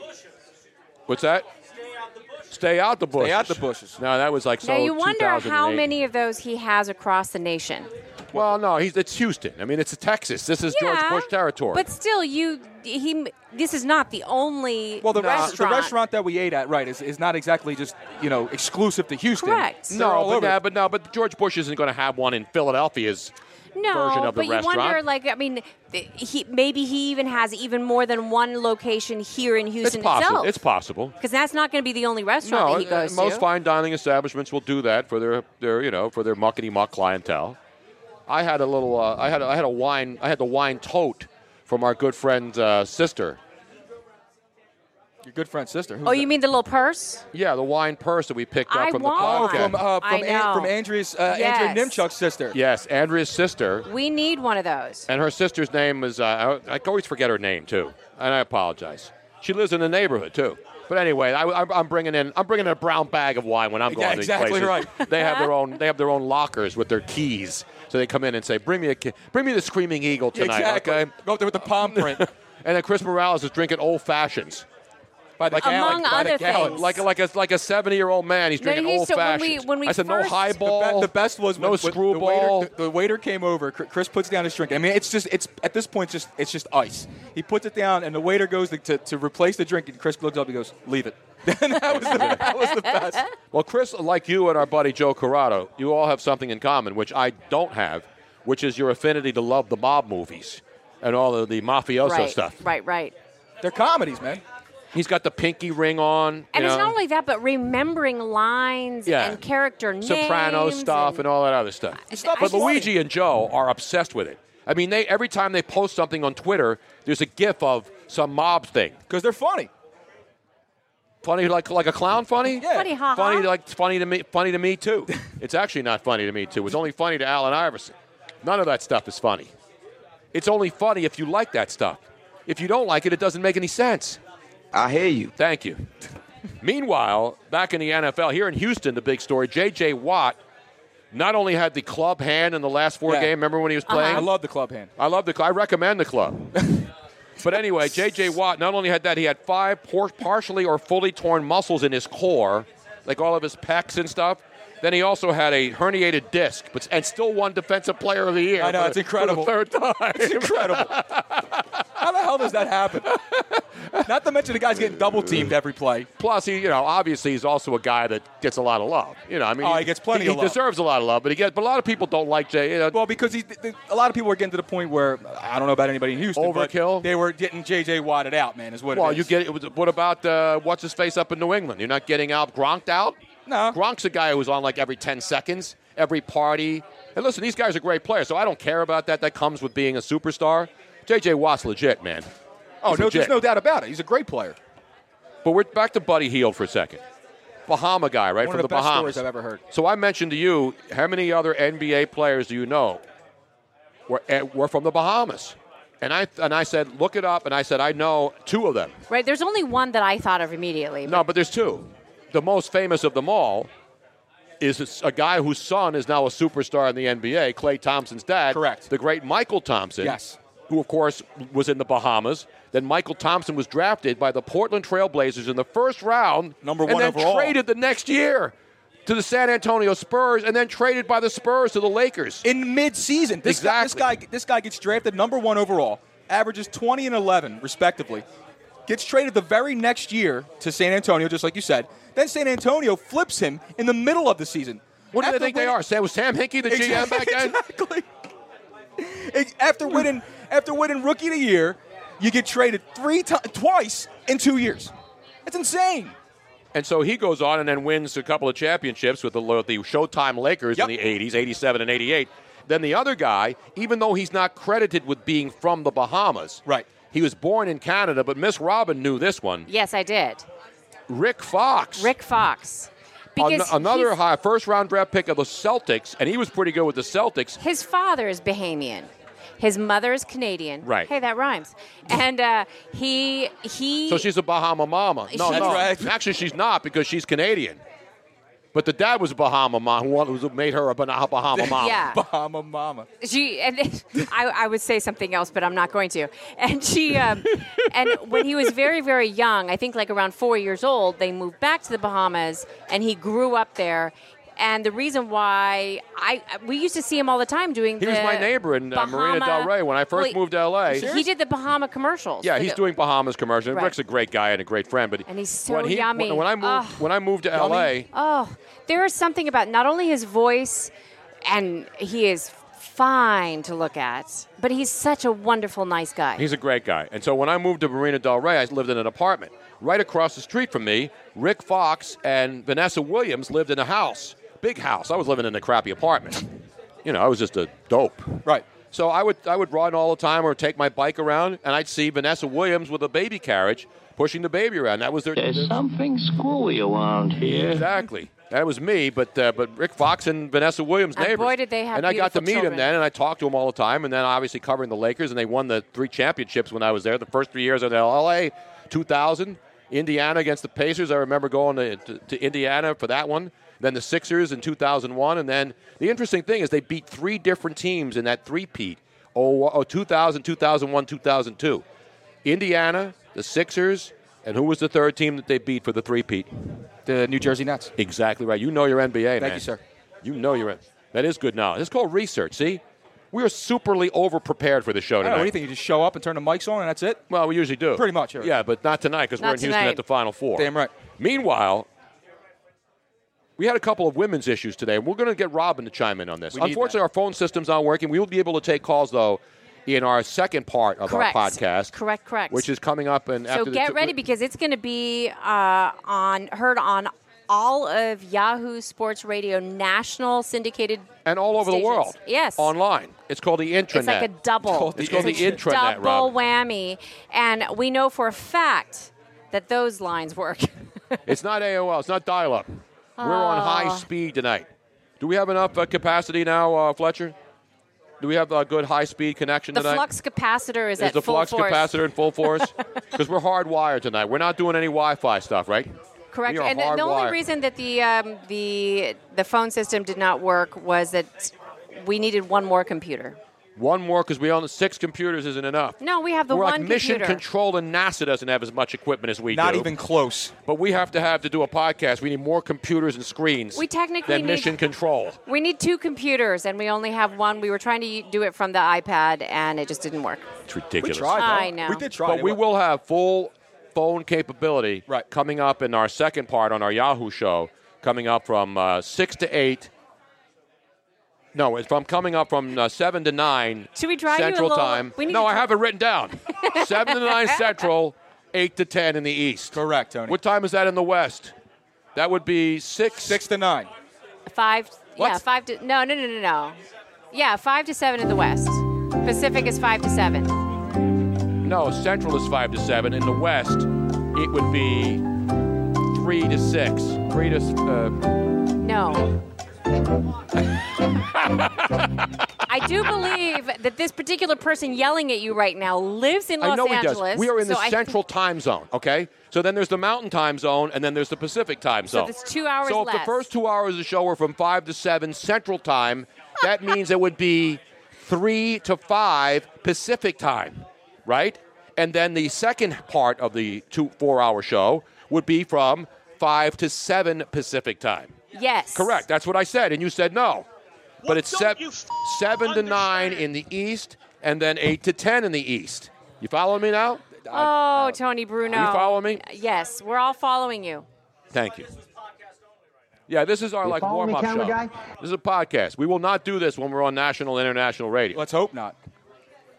S5: What's that? Stay out the bushes.
S3: Stay out the
S5: bushes. No, that was like so.
S13: now you wonder how
S5: 2008.
S13: many of those he has across the nation.
S5: Well, no, he's it's Houston. I mean, it's Texas. This is George
S13: Yeah,
S5: Bush territory.
S13: But still, you he. This is not the only
S3: Well, the, rest,
S13: restaurant.
S3: the restaurant that we ate at, right, is, is not exactly just you know exclusive to Houston.
S13: Correct.
S3: They're
S5: no,
S3: all
S5: but,
S3: over
S5: yeah,
S3: it.
S5: but no, but George Bush isn't going to have one in Philadelphia's
S13: no,
S5: version of the
S13: but you
S5: restaurant.
S13: wonder, like, I mean, th- he, maybe he even has even more than one location here in
S5: it's
S13: Houston
S5: possible.
S13: itself.
S5: It's possible.
S13: Because that's not going to be the only restaurant
S5: No,
S13: that he
S5: uh,
S13: goes
S5: most
S13: to.
S5: fine dining establishments will do that for their, their you know for their muckety muck clientele. I had a little. Uh, I had a, I had a wine. I had the wine tote from our good friend's uh, sister.
S3: Your good friend's sister. Who's
S13: oh,
S3: that?
S13: you mean the little purse?
S5: Yeah, the wine purse that we picked up
S13: I
S5: from
S13: want
S5: the podcast.
S13: one.
S3: From, uh,
S13: I
S3: from, An-
S13: know.
S3: from Andrea's uh, Andrea
S13: Yes.
S3: Nimchuk's sister.
S5: Yes, Andrea's sister,
S13: We need one of those.
S5: and her sister's name was, uh, I I always forget her name too, and I apologize. She lives in the neighborhood too. But anyway, I, I'm, I'm bringing in I'm bringing in a brown bag of wine when I'm going
S3: Yeah,
S5: to these
S3: exactly
S5: places.
S3: right. *laughs*
S5: They have their own they have their own lockers with their keys, so they come in and say, "Bring me a ki- bring me the Screaming Eagle tonight."
S3: Exactly.
S5: Okay,
S3: go up there with the palm print.
S5: *laughs* and then Chris Morales is drinking old fashions.
S3: By the gallon, Among by the other gallon. things.
S5: like like a like a seventy year old man, he's
S13: No,
S5: drinking
S13: he
S5: old
S13: used to- when we-
S5: fashions.
S13: when we
S5: I said no
S13: first-
S5: highball.
S3: The, be- the best was
S5: no
S3: when, when
S5: screwball.
S3: The waiter, the, the waiter came over. Cr- Chris puts down his drink. I mean, it's just it's at this point just it's just ice. He puts it down, and the waiter goes to, to, to replace the drink, and Chris looks up and goes, "Leave it." *laughs*
S5: *laughs* Well, Chris, like you and our buddy Joe Corrado, you all have something in common, which I don't have, which is your affinity to love the mob movies and all of the mafioso
S13: right,
S5: stuff.
S13: right, right.
S3: They're comedies, man.
S5: He's got the pinky ring on. you
S13: And it's
S5: know,
S13: not only that, but remembering lines
S5: Yeah.
S13: and character names.
S5: Soprano stuff and, all that other stuff.
S13: not
S5: but
S13: funny.
S5: Luigi and Joe are obsessed with it. I mean, they every time they post something on Twitter, there's a GIF of some mob thing.
S3: Because they're funny.
S5: Funny like like a clown funny?
S13: Yeah. Funny, ha-ha.
S5: Funny like funny to me funny to me too. it's actually not funny to me too. It's only funny to Allen Iverson. None of that stuff is funny. It's only funny if you like that stuff. If you don't like it, it doesn't make any sense. I hear you. Thank you. Meanwhile, back in the NFL, here in Houston, the big story, J.J. Watt not only had the club hand in the last
S3: *laughs*
S5: four
S3: Yeah.
S5: game, remember when he was
S13: Uh-huh.
S3: *laughs*
S5: playing?
S3: I love the club hand.
S5: I love the club. I recommend
S3: *laughs*
S5: the club. but anyway, J.J. Watt not only had that, he had five por- partially or fully torn muscles in his core, like all of his pecs and stuff. Then he also had a herniated disc, but and still won Defensive Player of the Year.
S3: I know,
S5: for
S3: it's
S5: the-
S3: incredible.
S5: For the third *laughs* time.
S3: It's incredible. How the hell does that happen? *laughs* Not to mention the guy's getting double teamed every play.
S5: Plus, he, you know, obviously he's also a guy that gets a lot of love. *laughs* You know, I mean,
S3: Oh, he gets plenty
S5: he
S3: of love.
S5: deserves a lot of love, but he gets. But a lot of people don't like Jay. You know,
S3: Well, because he, th- th- a lot of people are getting to the point where I don't know about anybody in Houston. Overkill. They were getting JJ wadded out, man. Is what.
S5: well,
S3: it is.
S5: you get it. was- What about uh, what's his face up in New England? You're not getting out Gronked out.
S3: No,
S5: Gronk's a guy who's on like every ten seconds, every party. And listen, these guys are great players, so I don't care about that. That comes with being a superstar. JJ Watt's legit, man.
S3: Oh
S5: He's
S3: no,
S5: legit.
S3: there's no doubt about it. He's a great player.
S5: But we're back to Buddy Heald for a second. Bahama guy, right?
S3: One
S5: from
S3: of the, best
S5: Bahamas.
S3: stories I've ever heard.
S5: So I mentioned to you, how many other NBA players do you know were, eh, were from the Bahamas? And I, and I said, look it up. And I said, I know two of them.
S13: Right? There's only one that I thought of immediately.
S5: No, but there's two. The most famous of them all is this- a guy whose son is now a superstar in the NBA, Clay Thompson's dad. Correct. The great Michael Thompson.
S3: Yes.
S5: Who, of course, was in the Bahamas. Then Michael Thompson was drafted by the Portland Trailblazers in the first round. Number
S3: one
S5: and then
S3: overall.
S5: traded the next year to the San Antonio Spurs and then traded by the Spurs to the Lakers.
S3: In mid-season. This guy-
S5: exactly.
S3: this guy, this guy gets drafted number one overall, averages 20 and 11 respectively. Gets traded the very next year to San Antonio, just like you said. Then San Antonio flips him in the middle of the season.
S5: What do they
S3: After
S5: think they
S3: winning-
S5: are? Sam, was Sam Hinkie the GM
S3: *laughs*
S5: back then?
S3: Exactly. Ex- After winning, after winning rookie of the year, you get traded three times, twice in two years. That's insane.
S5: And so he goes on and then wins a couple of championships with the, the Showtime Lakers in the 80s, 87 and 88. Then the other guy, even though he's not credited with being from the Bahamas, right? He was born in Canada, but Miss Robin knew this one.
S13: Yes, I did.
S5: Rick Fox.
S13: Rick Fox.
S5: An-
S13: Because
S5: another
S13: he's-
S5: high first round draft pick of the Celtics, and he was pretty good with the Celtics.
S13: His father is Bahamian. His mother is Canadian.
S5: Right.
S13: Hey, that rhymes. And uh, he he.
S5: So she's a Bahama mama. No,
S13: That's
S5: no.
S13: right.
S5: Actually, she's not because she's Canadian. But the dad was a Bahama mama who wanted- who made her a Bahama mama.
S13: *laughs* Yeah.
S3: Bahama mama.
S13: She and I, I would say something else, but I'm not going to. And she, um, and when he was very, very young, I think like around four years old, they moved back to the Bahamas, and he grew up there. And the reason why I we used to see him all the time doing.
S5: He
S13: the
S5: was my neighbor in uh, Marina
S13: Bahama-
S5: Del Rey when I first
S13: Wait,
S5: moved to LA.
S13: He did the Bahama commercials.
S5: Yeah,
S13: for
S5: he's
S13: the-
S5: doing Bahamas commercial.
S13: Right.
S5: Rick's a great guy and a great friend, but
S13: And he's so
S5: when he,
S13: yummy.
S5: When, when I moved,
S13: Ugh.
S5: when I moved to LA,
S13: Oh, there is something about not only his voice, and he is fine to look at, but he's such a wonderful, nice guy.
S5: he's a great guy. And so when I moved to Marina Del Rey, I lived in an apartment right across the street from me. Rick Fox and Vanessa Williams lived in a house, big house. I was living in a crappy apartment. you know, I was just a dope.
S3: Right.
S5: So I would I would run all the time or take my bike around, and I'd see Vanessa Williams with a baby carriage pushing the baby around. That was their. There's something screwy around
S17: here.
S5: Exactly. That was me, but uh, but Rick Fox and Vanessa Williams
S13: And
S5: neighbors.
S13: boy, did they have
S5: And I got to
S13: beautiful
S5: meet him
S13: children.
S5: then, and I talked to him all the time. And then obviously covering the Lakers, and they won the three championships when I was there. The first three years at L.A. 2000, Indiana against the Pacers. I remember going to, to, to Indiana for that one. Then the Sixers in 2001, and then the interesting thing is they beat three different teams in that three-peat. Oh, oh 2000, 2001, 2002. Indiana, the Sixers, and who was the third team that they beat for the three-peat?
S3: The New Jersey Nets.
S5: Exactly right. You know your NBA, man.
S3: Thank you, sir.
S5: You know your NBA. That is good knowledge. It's called research, see? We are superly over-prepared for the show
S3: I don't know
S5: tonight.
S3: anything. You just show up and turn the mics on, and that's it.
S5: Well, we usually do.
S3: Pretty much, yeah.
S5: Yeah, but not tonight because we're
S3: Not
S5: in Houston
S3: tonight.
S5: at the Final Four.
S3: Damn right.
S5: Meanwhile, we had a couple of women's issues today, and we're going to get Robin to chime in on this.
S3: We need
S5: Unfortunately, our phone system's not working. We will be able to take calls, though, in our second part of
S13: correct.
S5: our podcast,
S13: Correct, correct.
S5: which is coming up. And
S13: so
S5: after
S13: get
S5: the,
S13: ready because it's going to be uh, on heard on all of Yahoo Sports Radio national syndicated
S5: and all over the
S13: stations.
S5: world.
S13: Yes,
S5: Online. It's called the intranet.
S13: It's like a double.
S5: It's called the intranet,
S13: double
S5: Robin.
S13: whammy, and we know for a fact that those lines work. *laughs*
S5: It's not AOL. It's not dial up. We're on
S13: Oh.
S5: high speed tonight. Do we have enough uh, capacity now, uh, Fletcher? Do we have a good high speed connection
S13: the
S5: tonight?
S13: flux capacitor is,
S5: is
S13: at
S5: the
S13: full
S5: flux
S13: force.
S5: capacitor in full force?
S13: *laughs*
S5: Because we're hardwired tonight. We're not doing any Wi Fi stuff, right?
S13: Correct.
S5: We are
S13: And the, the
S5: hardwired.
S13: only reason that the um, the the phone system did not work was that we needed one more computer.
S5: One more because we own six computers isn't enough.
S13: No, we have the
S5: We're
S13: one
S5: like mission
S13: computer.
S5: control, and NASA doesn't have as much equipment as we
S3: Not
S5: do.
S3: even close.
S5: But we have to have to do a podcast. We need more computers and screens.
S13: We technically
S5: than
S13: need-
S5: mission control.
S13: we need two computers, and we only have one. We were trying to do it from the iPad, and it just didn't work.
S5: It's ridiculous.
S13: We tried, though. I know. We did try.
S5: But we will have full phone capability coming up in our second part on our Yahoo show, coming up from uh, 6 to 8. No, it's from coming up from uh, 7 to 9
S13: Should we drive you a
S5: Central
S13: little-
S5: Time.
S13: we need
S5: no,
S13: to
S5: I
S13: dri-
S5: have it written
S13: *laughs*
S5: down. 7 to 9 Central, 8 to 10 in the East.
S3: Correct, Tony.
S5: What time is that in the West? That would be 6. 6
S3: to 9.
S13: Five. Yeah,
S5: What?
S13: five to no, no, no, no, no. Yeah, five to seven in the West. Pacific is five to seven.
S5: No, Central is 5 to 7. In the West, it would be 3 to 6. 3 to. Uh, *laughs*
S13: No. I do believe that this particular person yelling at you right now lives in Los
S5: I know
S13: Angeles.
S5: he does. We are in the
S13: so I-
S5: central time zone, okay? So then there's the mountain time zone, and then there's the Pacific time
S13: So
S5: zone.
S13: that's two hours
S5: So if
S13: less.
S5: the first two hours of the show were from 5 to 7 central time,
S13: *laughs*
S5: that means it would be 3 to 5 Pacific time, right? And then the second part of the two four hour show would be from 5 to 7 Pacific time.
S13: yes.
S5: Correct. That's what I said, and you said no. But it's sep- seven to nine in the east, and then eight to ten in the east. You following me now?
S13: Oh, Tony Bruno.
S5: Uh, You follow me?
S13: Yes, we're all following you.
S5: Thank you. Yeah, this is our
S13: You
S5: like
S13: follow me,
S5: warm up show.
S13: camera guy?
S5: This is a podcast. We will not do this when we're on national and international radio.
S3: Let's hope not.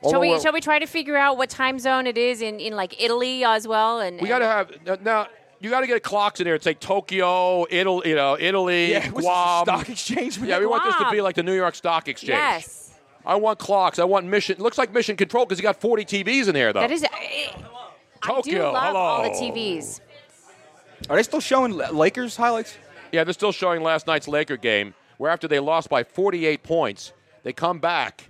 S13: shall we shall we try to figure out what time zone it is in, in like Italy as well? And
S5: We got to have now. You got to get clocks in there. It's like Tokyo, Italy, you know, Italy,
S3: Yeah, what's this,
S5: Guam.
S3: stock exchange?
S5: Yeah, we want this to
S3: Guam.
S5: be like the New York Stock Exchange.
S13: yes,
S5: I want clocks. I want mission. Looks like mission control because you got 40 TVs in here, though.
S13: that is. I do
S5: Tokyo,
S13: love all the
S5: hello.
S13: TVs.
S3: Are they still showing La- Lakers highlights?
S5: Yeah, they're still showing last night's Laker game, where after they lost by 48 points, they come back.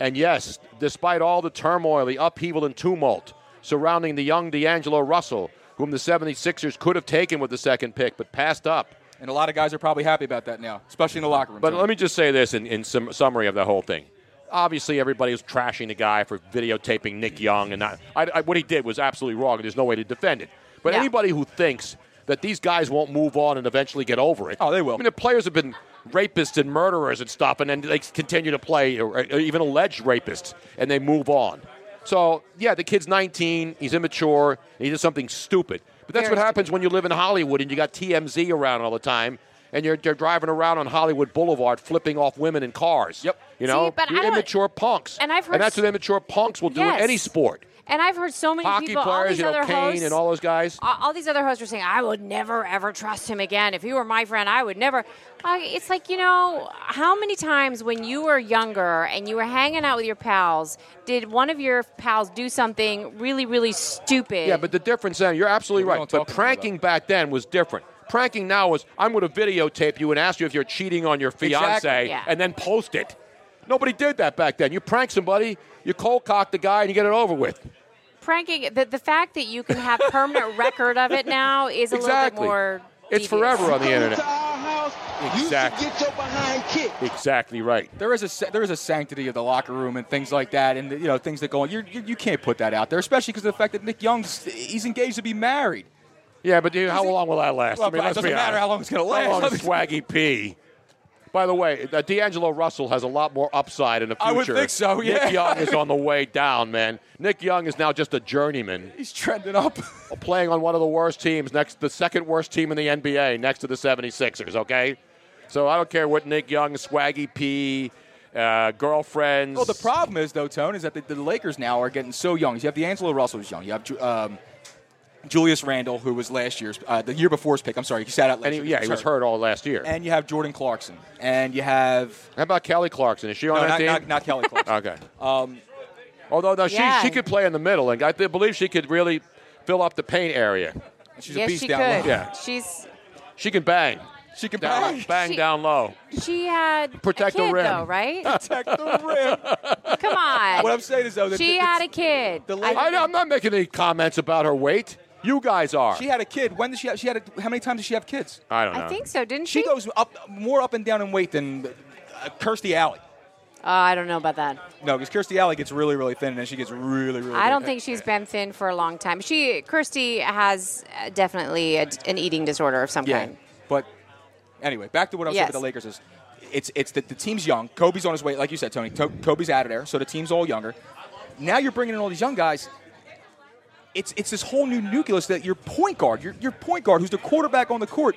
S5: And yes, despite all the turmoil, the upheaval and tumult surrounding the young D'Angelo Russell, whom the 76ers could have taken with the second pick but passed up.
S3: And a lot of guys are probably happy about that now, especially in the locker room.
S5: But let me just say this in, in sum- summary of the whole thing. Obviously, everybody was trashing the guy for videotaping Nick Young, and not, I, I- what he did was absolutely wrong, and there's no way to defend it. But
S3: Yeah.
S5: anybody who thinks that these guys won't move on and eventually get over it, oh, they will. I mean, the players have been rapists and murderers and stuff, and then they continue to play, or, or even alleged rapists, and they move on. So yeah, the kid's 19, he's immature, and he did something stupid. But that's
S3: Very
S5: what happens when you live in Hollywood and you got TMZ around all the time, and you're, you're driving around on Hollywood Boulevard flipping off women in cars. Yep. You know,
S13: See, but I
S5: you're
S13: don't-
S5: immature punks,
S13: and I've heard
S5: that's what
S13: s-
S5: immature punks will do
S13: Yes.
S5: in any sport.
S13: And I've heard so many
S5: Hockey
S13: people, all
S5: players,
S13: these
S5: you know,
S13: other
S5: Kane
S13: hosts,
S5: and all those guys.
S13: all all these other hosts were saying, "I would never ever trust him again. If he were my friend, I would never." Uh, it's like you know, how many times when you were younger and you were hanging out with your pals, did one of your pals do something really, really stupid?
S5: Yeah, but the difference then, you're absolutely right. But pranking back then was different. Pranking now was I'm going to videotape you and ask you if you're cheating on your fiance
S3: Exactly. Yeah.
S5: and then post it. Nobody did that back then. You prank somebody, you cold cock the guy, and you get it over with.
S13: pranking the, the fact that you can have
S5: *laughs*
S13: permanent record of it now is a little bit
S5: Exactly.
S13: more.
S5: It's forever on the internet. Exactly.
S13: Get your behind kicked.
S5: Exactly right.
S3: There is a sa- there is a sanctity of the locker room and things like that, and you know things that go on. You're, you you can't put that out there, especially because of the fact that Nick Young's he's engaged to be married.
S5: Yeah, but dude, how long will that last?
S3: Well, it doesn't matter how long it's going to last.
S5: How long is Swaggy P? By the way, uh, D'Angelo Russell has a lot more upside in the future.
S3: I would think so, yeah.
S5: Nick Young is
S3: *laughs*
S5: on the way down, man. Nick Young is now just a journeyman.
S3: He's trending up. *laughs*
S5: playing on one of the worst teams, next the second worst team in the NBA, next to the 76ers, okay? So I don't care what Nick Young, Swaggy P, uh, girlfriends.
S3: Well, Oh, the problem is though, Tone, is that the, the Lakers now are getting so young. You have D'Angelo Russell who's young. You have Ju- um, Julius Randle, who was last year's, uh, the year before's pick. I'm sorry, he sat out last
S5: And he-
S3: year.
S5: yeah, he was hurt all last year.
S3: And you have Jordan Clarkson, and you have.
S5: How about Kelly Clarkson? Is she on
S3: no,
S5: that
S3: not,
S5: team?
S3: Not, not Kelly Clarkson.
S5: okay.
S3: Um,
S5: Although no, she
S3: Yeah.
S5: she could play in the middle, and I believe she could really fill up the paint area.
S3: She's
S13: Yes, she could.
S5: Yeah,
S13: She's
S5: she can bang.
S3: She can
S5: bang. Bang
S13: She-
S5: down low.
S13: she had
S5: Protect
S13: a
S5: the
S13: kid
S5: rim. *laughs*
S13: though, right?
S3: Protect the
S13: rim. Come on.
S3: What I'm saying is, though, that
S13: she
S3: the-
S13: had a kid.
S5: I, know, I'm not making any comments about her weight. You guys are.
S3: She had a kid. When did she have? She had. A, how many times did she have kids?
S5: I don't know.
S13: I think so, didn't
S3: she? goes up more up and down in weight than uh, Kirstie Alley.
S13: Uh, I don't know about that.
S3: No, because Kirstie Alley gets really, really thin, and then she gets really, really.
S13: I don't
S3: big.
S13: think she's been thin for a long time. She, Kirsty, has uh, definitely a, an eating disorder of some
S3: Yeah,
S13: kind.
S3: but anyway, back to what I was saying
S13: Yes.
S3: about the Lakers is, it's it's the, the team's young. Kobe's on his way, like you said, Tony. To- Kobe's out of there, so the team's all younger. Now you're bringing in all these young guys. It's it's this whole new nucleus that your point guard, your, your point guard, who's the quarterback on the court,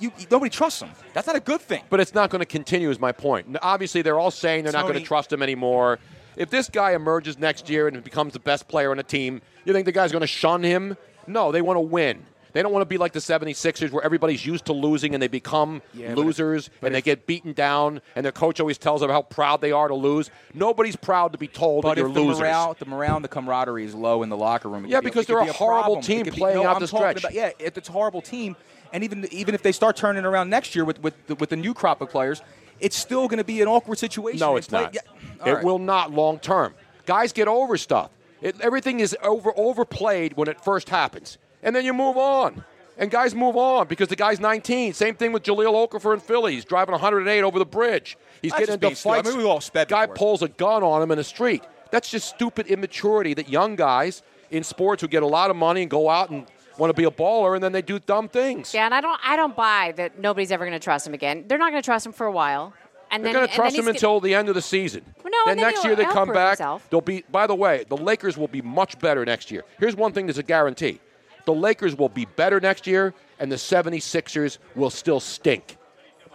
S3: you nobody trusts him. That's not a good thing.
S5: But it's not going to continue, is my point. N- Obviously, they're all saying they're not going
S3: Tony-
S5: to trust him anymore. If this guy emerges next year and becomes the best player on a team, you think the guy's going to shun him? No, they want to win. They don't want to be like the 76ers where everybody's used to losing and they become
S3: Yeah, but-
S5: losers and they get beaten down and their coach always tells them how proud they are to lose. Nobody's proud to be told
S3: But
S5: that you're
S3: if the
S5: losers.
S3: morale, the morale, and the camaraderie is low in the locker room. it
S5: Yeah,
S3: could be-
S5: because
S3: it could
S5: they're
S3: be
S5: a horrible
S3: problem. It
S5: team
S3: could be-
S5: playing
S3: no,
S5: out
S3: I'm
S5: the
S3: talking
S5: stretch.
S3: about- yeah, it, it's a horrible team, and even even if they start turning around next year with with the, with the new crop of players, it's still going to be an awkward situation.
S5: No,
S3: They
S5: it's
S3: play-
S5: not.
S3: yeah, all
S5: It
S3: right.
S5: will not long term. Guys get over stuff. It, everything is over overplayed when it first happens, and then you move on. And guys move on because the guy's 19. Same thing with Jaleel Okafor in Philly. He's driving 108 over the bridge. He's
S3: That's
S5: getting
S3: just
S5: into
S3: being stupid. I
S5: fights.
S3: mean, we've all sped
S5: guy
S3: before.
S5: pulls a gun on him in the street. That's just stupid immaturity that young guys in sports who get a lot of money and go out and want to be a baller and then they do dumb things.
S13: Yeah, and I don't, I don't buy that nobody's ever going to trust him again. They're not going to trust him for a while, and
S5: They're
S13: then
S5: going
S13: and
S5: to trust
S13: then
S5: him
S13: he's gonna-
S5: until the end of the season.
S13: Well, no,
S5: then
S13: and then
S5: next
S13: he'll
S5: year they come
S13: outprove
S5: back.
S13: himself.
S5: They'll be. By the way, the Lakers will be much better next year. Here's one thing that's a guarantee: the Lakers will be better next year, and the 76ers will still stink.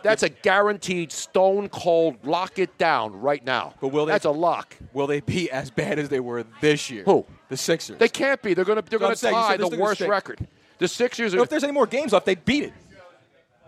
S5: That's a guaranteed stone cold lock it down right now. But will they? That's a lock.
S3: Will they be *laughs* as bad as they were this year?
S5: Who?
S3: The Sixers.
S5: They can't be. They're going to.
S3: So I'm
S5: They're going to
S3: saying, you
S5: tie
S3: said
S5: the
S3: they're gonna
S5: worst
S3: stink.
S5: record. The Sixers are.
S3: if there's any more games left, they'd beat it.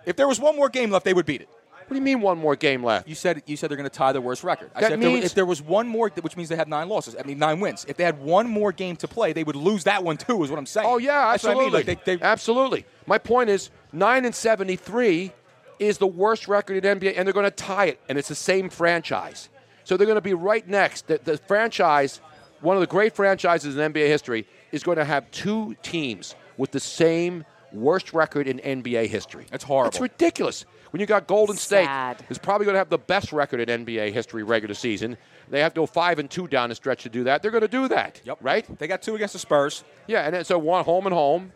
S3: If there was one more game left, they would beat it.
S5: What do you mean one more game left?
S3: You said you said they're going to tie the worst record. I
S5: That
S3: said if there, was,
S5: means-
S3: if there was one more, which means they have nine losses. I mean nine wins. If they had one more game to play, they would lose that one too. Is what I'm saying. Oh
S5: yeah, absolutely. absolutely. My point is nine and seventy-three is the worst record in NBA, and they're going to tie it, and it's the same franchise. So they're going to be right next. The, the franchise, one of the great franchises in NBA history, is going to have two teams with the same worst record in NBA history. That's
S3: horrible.
S5: It's ridiculous. When you got Golden
S13: Sad.
S5: State, is probably going to have the best record in NBA history regular season. They have to go five and two down the stretch to do that. They're going to do that. Yep. Right.
S3: They got two against the Spurs.
S5: Yeah, and it's a one home and home.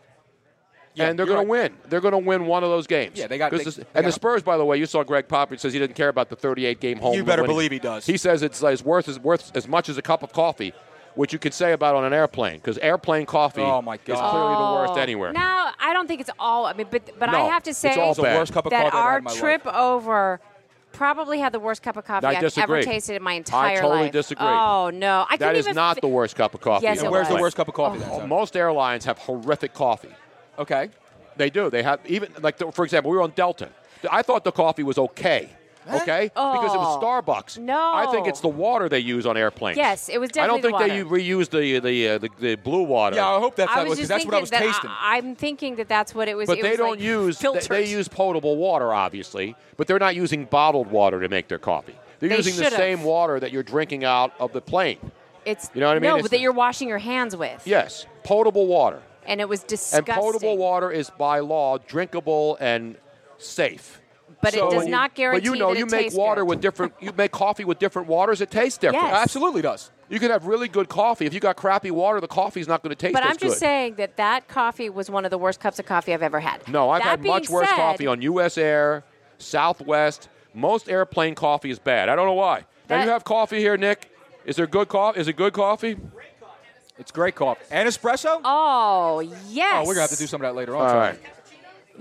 S5: and they're
S3: you're
S5: going to win. They're going to win one of those games.
S3: Yeah, they got-
S5: 'Cause
S3: they-
S5: this-
S3: they got-
S5: and the Spurs, by the way, you saw Greg Popovich says he didn't care about the 38 game home.
S3: You better
S5: winning.
S3: believe he does.
S5: He says it's, it's worth as worth as much as a cup of coffee, which you could say about on an airplane because airplane coffee.
S3: Oh, my
S5: Is
S3: God.
S5: clearly the worst
S13: Oh,
S5: anywhere.
S13: No, I don't think it's all. I mean, but but
S5: No,
S13: I have to
S5: it's
S13: say
S5: all It's the bad. worst cup of
S13: that
S5: coffee I've had
S13: our
S5: in my life.
S13: trip over probably had the worst cup of coffee
S5: I
S13: have
S5: disagree.
S13: ever tasted in my
S5: I
S13: entire life.
S5: totally disagree.
S13: Oh no, I
S5: that
S13: couldn't
S5: is
S13: even
S5: not
S13: fi-
S5: the worst cup of coffee.
S13: Yes,
S5: on an
S13: it was. Where's the
S5: airplane.
S13: worst
S3: cup of coffee
S13: then,
S5: Oh, Most airlines have horrific coffee.
S3: Okay.
S5: They do. They have even like the, for example, we were on Delta. I thought the coffee was okay. Okay, because it was
S13: Oh.
S5: Starbucks.
S13: No.
S5: I think it's the water they use on airplanes.
S13: Yes, it was
S5: I don't think
S13: definitely
S5: they u- reuse the the, uh, the the blue water.
S3: Yeah, I hope that's
S13: I
S3: not because
S13: was just
S3: that's
S13: thinking
S3: what I was
S13: that
S3: tasting.
S13: I, am thinking that that's what it was.
S5: But
S13: it
S5: they
S13: was
S5: don't
S13: like
S5: use they,
S13: filtered.
S5: they use potable water, obviously, but they're not using bottled water to make their coffee. They're
S13: They
S5: using the
S13: should've.
S5: same water that you're drinking out of the plane.
S13: It's
S5: you know what I mean?
S13: No,
S5: It's
S13: but
S5: the-
S13: that you're washing your hands with,
S5: Yes, potable water.
S13: and it was disgusting.
S5: And potable water is by law drinkable and safe.
S13: But it does not
S5: But you
S13: guarantee
S5: know,
S13: that
S5: you
S13: it
S5: make
S13: tastes
S5: water
S13: good.
S5: with different. You make coffee with different waters. It tastes different.
S13: Yes.
S3: Absolutely does.
S5: You could have really good coffee. If you got crappy water, the coffee's not going to taste.
S13: But
S5: as
S13: I'm just
S5: good.
S13: saying that that coffee was one of the worst cups of coffee I've ever had.
S5: No, I've
S13: That
S5: had
S13: being
S5: much worse
S13: said-
S5: coffee on U.S. Air, Southwest. Most airplane coffee is bad. I don't know why. now
S13: That-
S5: you have coffee here, Nick. Is there good coffee? Is it good coffee?
S3: It's great coffee. And espresso?
S13: Oh yes.
S3: Oh, we're gonna have to do some of that later on.
S5: All
S3: Tony.
S5: right.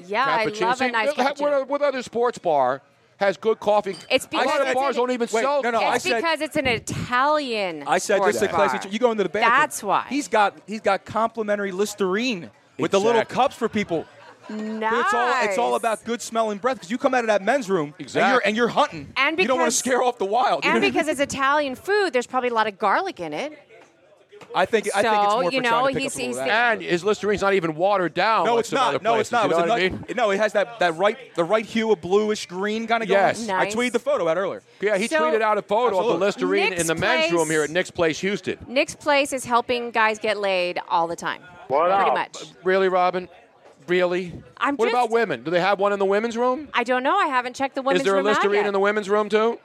S13: Yeah,
S5: Cappuccino.
S13: I love
S5: See,
S13: a nice
S5: ha- what
S13: cappuccino.
S5: a- What other sports bar has good coffee?
S13: It's because
S5: a lot
S13: it's
S5: of bars
S13: an-
S5: don't even
S3: Wait,
S5: sell.
S3: no, no,
S13: it's
S3: I said-
S13: because it's an Italian.
S3: I said
S13: sports
S3: just to
S13: bar.
S3: class teacher, you go into the bathroom.
S13: That's why.
S3: He's got he's got complimentary Listerine with the little
S5: Exactly.
S3: cups for people.
S13: nice.
S3: It's all it's all about good smell and breath because you come out of that men's room and you're and you're hunting.
S13: And
S3: you don't want to
S13: because-
S3: scare off the wild.
S13: And because it's Italian food, there's probably a lot of garlic in it.
S3: I think I think it's
S13: So,
S3: more
S13: you
S3: for trying
S13: know,
S3: to pick
S13: he's-
S3: up a little of
S13: he's
S3: that.
S5: And his Listerine's not even watered down.
S3: No,
S5: like
S3: it's
S5: some other
S3: not. No, it's
S5: places,
S3: not.
S5: You
S3: It
S5: know
S3: was
S5: what I
S3: a
S13: *laughs*
S5: mean?
S3: nut- No, it has that, that right the right hue of bluish green kind of
S5: Yes.
S3: going.
S13: Nice.
S3: I tweeted the photo out earlier.
S5: Yeah, he
S13: So-
S5: tweeted out a photo of the
S3: Absolutely.
S5: Listerine
S13: Nick's
S5: in the men's
S13: place-
S5: room here at Nick's Place, Houston.
S13: Nick's place is helping guys get laid all the time. Pretty much.
S5: Really, Robin? Really?
S13: I'm
S5: what
S13: just-
S5: about women? Do they have one in the women's room?
S13: I don't know. I haven't checked the women's
S5: Is there a
S13: room out
S5: Listerine
S13: yet.
S5: in the women's room too?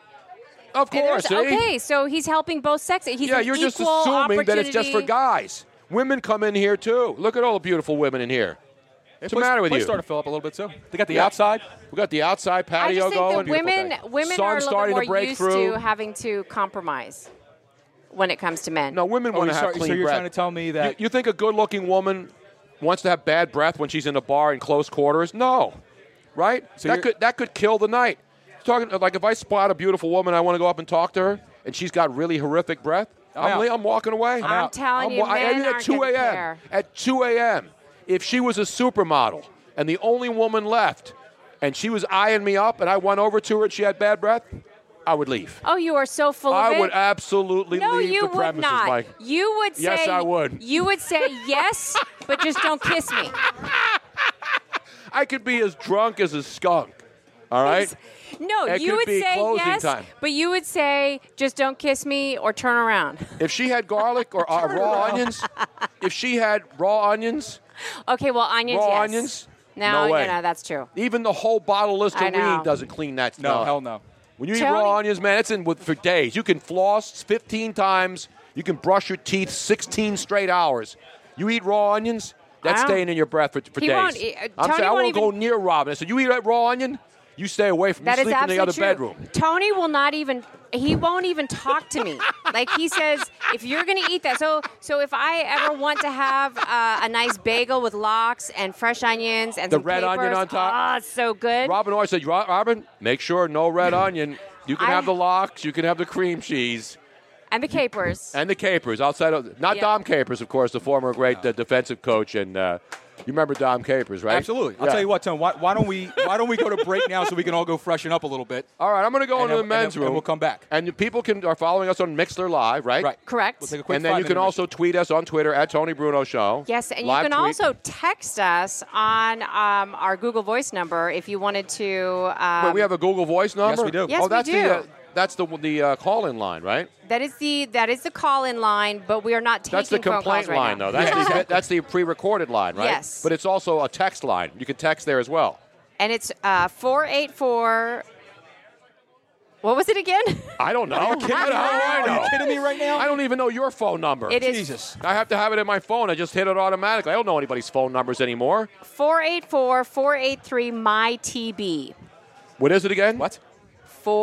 S5: Of
S13: And
S5: course,
S13: there's-
S5: see?
S13: Okay, so he's helping both sexes. He's
S5: yeah,
S13: an
S5: you're just
S13: equal
S5: assuming that it's just for
S13: opportunity-
S5: guys. Women come in here too. Look at all the beautiful women in here. What's the
S3: place-
S5: matter with
S3: place
S5: you?
S3: started to fill up a little bit too.
S5: They got
S3: the
S5: outside. We got the outside
S13: I
S5: patio
S13: just think
S5: going.
S13: that women, women
S5: Sun
S13: are a little bit
S5: starting
S13: more
S5: to break
S13: used
S5: through.
S13: to having to compromise when it comes to men. No,
S5: women want to have clean
S3: Oh, so you're
S5: breath.
S3: trying to tell me that
S5: you, you think a good-looking woman wants to have bad breath when she's in a bar in close quarters? No, right?
S3: So
S5: that
S3: you're-
S5: could that could kill the night. Talking like if I spot a beautiful woman, I want to go up and talk to her, and she's got really horrific breath.
S3: I'm
S5: I'm,
S3: out.
S5: li- I'm walking away.
S13: I'm I'm out. telling you,
S5: I
S13: men
S5: ended at
S13: aren't
S5: 2
S13: gonna
S5: a.m.
S13: care.
S5: At 2 a.m. If she was a supermodel and the only woman left, and she was eyeing me up, and I went over to her and she had bad breath, I would leave.
S13: Oh, you are so full of
S5: I
S13: it.
S5: would absolutely
S13: no,
S5: leave
S13: you
S5: the
S13: would
S5: premises,
S13: not.
S5: Mike.
S13: You would say
S5: Yes, I would.
S13: You would say yes, but just don't kiss me.
S5: I could be as drunk as a skunk. All *laughs* right.
S13: No,
S5: It
S13: you
S5: could
S13: would
S5: be
S13: say
S5: closing
S13: yes,
S5: time.
S13: but you would say just don't kiss me or turn around. *laughs*
S5: If she had garlic or uh, raw onions, if she had raw onions,
S13: Okay, well, onions.
S5: raw
S13: yes.
S5: onions,
S13: No,
S5: no way.
S13: no, that's true.
S5: even the whole bottle of
S13: I know.
S5: Listerine doesn't clean that
S3: No,
S5: smell.
S3: hell no.
S5: When you eat
S13: Tony-
S5: raw onions, man, it's in with for days. You can floss 15 times. You can brush your teeth 16 straight hours. You eat raw onions, that's
S13: I don't-
S5: staying in your breath for, for
S13: He
S5: days.
S13: won't eat- uh,
S5: I'm
S13: Tony
S5: saying I
S13: won't
S5: won't go near Robin. I said, you eat that raw onion, you stay away from.
S13: That
S5: you
S13: is
S5: sleep in
S13: absolutely
S5: the other
S13: true.
S5: bedroom.
S13: Tony will not even. He won't even talk to me. like he says, if you're going to eat that, so so if I ever want to have uh, a nice bagel with lox and fresh onions and
S5: The
S13: some
S5: red onion
S13: capers,
S5: on top.
S13: ah, it's so
S5: *laughs*
S13: good.
S5: Robin always said, "Ro- Robin, make sure no
S3: *laughs*
S5: red onion. You can
S13: I-
S5: have the locks, you can have the cream cheese,
S13: and the capers.
S5: and the capers outside of not
S13: Yeah.
S5: Dom Capers, of course, the former great uh, defensive coach. And uh, you remember Dom Capers, right?
S3: Absolutely. I'll
S5: Yeah.
S3: tell you what, Tom. Why, why don't we why don't we go to break now so we can all go freshen up a little bit?
S5: All right, I'm going to go
S3: And
S5: into
S3: then-
S5: the men's
S3: and then-
S5: room.
S3: and we'll come back.
S5: And you- people can are following us on Mixler Live, right? Right.
S13: Correct. We'll take a quick
S5: and then you
S3: five-minute
S5: can also tweet us on Twitter at Tony Bruno Show.
S13: Yes, and
S5: Live
S13: you can
S5: tweet.
S13: also text us on um, our Google Voice number if you wanted to. Um,
S5: Wait, we have a Google Voice number.
S13: we do. Yes,
S5: oh,
S13: we
S5: that's
S13: do.
S5: the uh, that's the the uh, call in line, right?
S13: that is the that is the call in line, but we are not taking
S5: That's the
S13: phone
S5: complaint
S13: calls right
S5: line,
S13: now.
S5: though.
S13: *laughs*
S5: That's, the, that's the pre-recorded line, right?
S13: Yes.
S5: But it's also a text line. You can text there as well.
S13: and it's uh, four eight four. What was it again? *laughs*
S5: I don't know. Are you kidding, How do I know?
S3: Are you kidding me right now?
S5: I don't even know your phone number.
S13: It is-
S5: Jesus. I have to have it in my phone. I just hit it automatically. I don't know anybody's phone numbers anymore.
S13: 484 483 my TB.
S5: What is it again? What?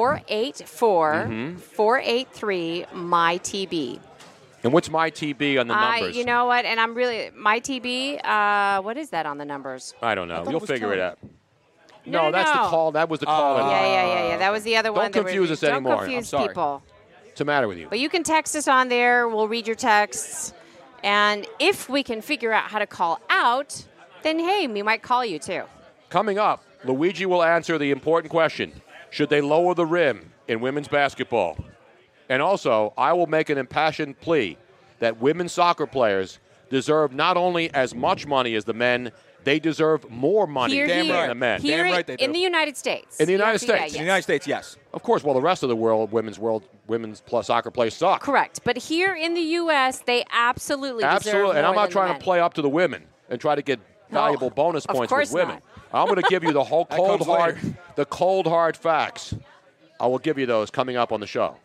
S13: 484
S5: Mhm.
S13: 483 my TB.
S5: And what's my TB on the
S13: I,
S5: numbers?
S13: you know what? And I'm really my TB. Uh, what is that on the numbers?
S5: I don't know.
S13: it
S5: You'll
S13: was
S5: figure it
S13: Tony.
S5: out.
S13: No, no,
S5: that's the
S13: no.
S5: call. That was the call. in
S13: yeah,
S5: line.
S13: yeah, yeah, yeah. That was the other
S5: Don't
S13: one. that we-
S5: confuse us
S13: don't
S5: anymore. I'm
S13: Confuse
S5: sorry.
S13: people.
S5: What's the matter with you?
S13: But you can text us on there. We'll read your texts, and if we can figure out how to call out, then hey, we might call you too.
S5: Coming up, Luigi will answer the important question Should they lower the rim in women's basketball? And also, I will make an impassioned plea that women soccer players deserve not only as much money as the men, they deserve more money
S13: Here,
S5: than
S13: here,
S5: the men.
S13: Here in the United States.
S5: In the United
S13: Yeah,
S5: States.
S13: yes.
S5: United States, yes. Of course, well, the rest of the world, women's world, women's plus soccer players suck.
S13: Correct. But here in the U.S., they absolutely
S5: Absolutely.
S13: deserve
S5: And I'm not
S13: more than
S5: trying
S13: the
S5: to
S13: men.
S5: play up to the women and try to get valuable bonus
S13: of
S5: points
S13: course
S5: with women. I'm going to give you the
S13: *laughs*
S5: whole
S3: That
S5: cold
S3: comes
S5: hard, the cold hard facts. I will give you those coming up on the show.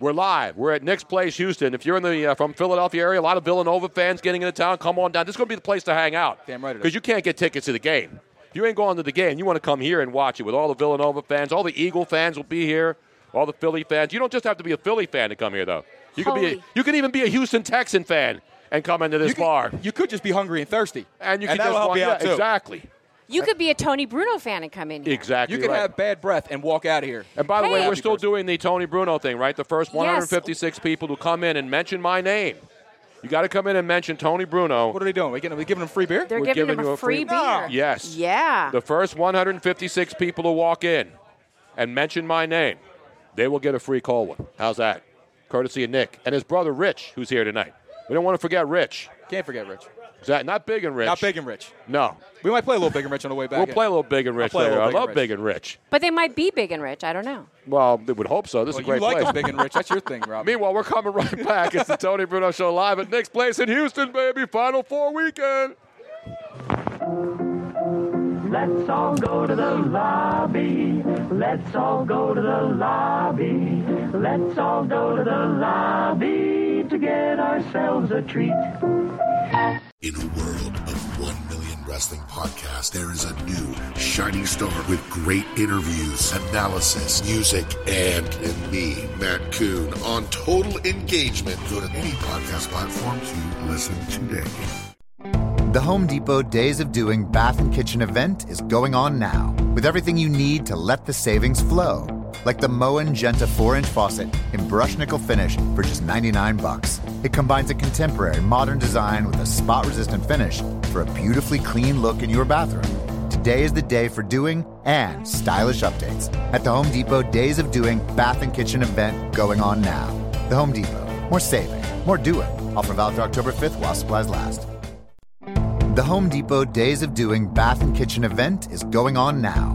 S5: We're live. We're at Nick's Place, Houston. If you're in the uh, from Philadelphia area, a lot of Villanova fans getting into town. Come on down. This is going to be the place to hang out. Damn right. Because you can't get tickets to the game. If you ain't going to the game, you want to come here and watch it with all the Villanova fans. All the Eagle fans will be here. All the Philly fans. You don't just have to be a Philly fan to come here, though. You could be. A,
S3: Holy.
S5: you could even be a Houston Texan fan and come into this bar.
S3: You could just be hungry and thirsty,
S5: and you
S3: and
S5: could
S3: that'll
S5: just
S3: help
S5: walk-
S3: you out
S5: yeah,
S3: too.
S5: Exactly.
S13: You could be a Tony Bruno fan and come in here.
S5: Exactly.
S3: You could
S5: right.
S3: have bad breath and walk out of here.
S5: And by the way,
S13: Hey.
S5: we're still doing the Tony Bruno thing, right? The first 156 people to come in and mention my name. You got to come in and mention Tony Bruno. What
S3: are they doing? We're giving, we giving them free beer?
S13: They're
S5: We're
S13: giving,
S5: giving
S13: him
S5: you
S13: a
S5: a
S13: free
S5: free-
S13: beer.
S5: No. Yes.
S13: Yeah.
S5: The first 156 people to walk in and mention my name, they will get a free call one. How's that? Courtesy of Nick and his brother Rich, who's here tonight. We don't want to forget Rich.
S3: Can't forget Rich.
S5: Is that not big and Rich?
S3: Not Big and Rich.
S5: No.
S3: We might play a little Big and Rich on the way back.
S5: We'll
S3: in.
S5: play a little big and
S3: I'll
S5: Rich
S3: play a
S5: later.
S3: little Big and
S5: I love
S3: Rich.
S5: big and Rich.
S13: But they might be big and rich. I don't know.
S5: Well, they would hope so. This is a
S3: Well,
S5: great
S3: you like
S5: place.
S3: them big and rich. That's your thing, Rob.
S5: Meanwhile, we're coming right back. It's the Tony Bruno Show live at Nick's Place in Houston, baby. Final four weekend.
S17: Let's all go to the lobby. Let's all go to the lobby.
S3: Let's all go to the lobby to get ourselves a treat.
S2: In a world of 1 million wrestling podcasts, there is a new shining star with great interviews, analysis, music, and, and me, Matt Coon, on total engagement. Go to any podcast platform to listen today.
S1: The Home Depot Days of Doing Bath and Kitchen event is going on now with everything you need to let the savings flow. Like the Moen Genta 4 inch faucet in brush nickel finish for just 99 bucks. It combines a contemporary modern design with a spot resistant finish for a beautifully clean look in your bathroom. Today is the day for doing and stylish updates at the Home Depot Days of Doing Bath and Kitchen event going on now. The Home Depot. More saving, more doing. Offer valid through October 5th while supplies last. The Home Depot Days of Doing Bath and Kitchen event is going on now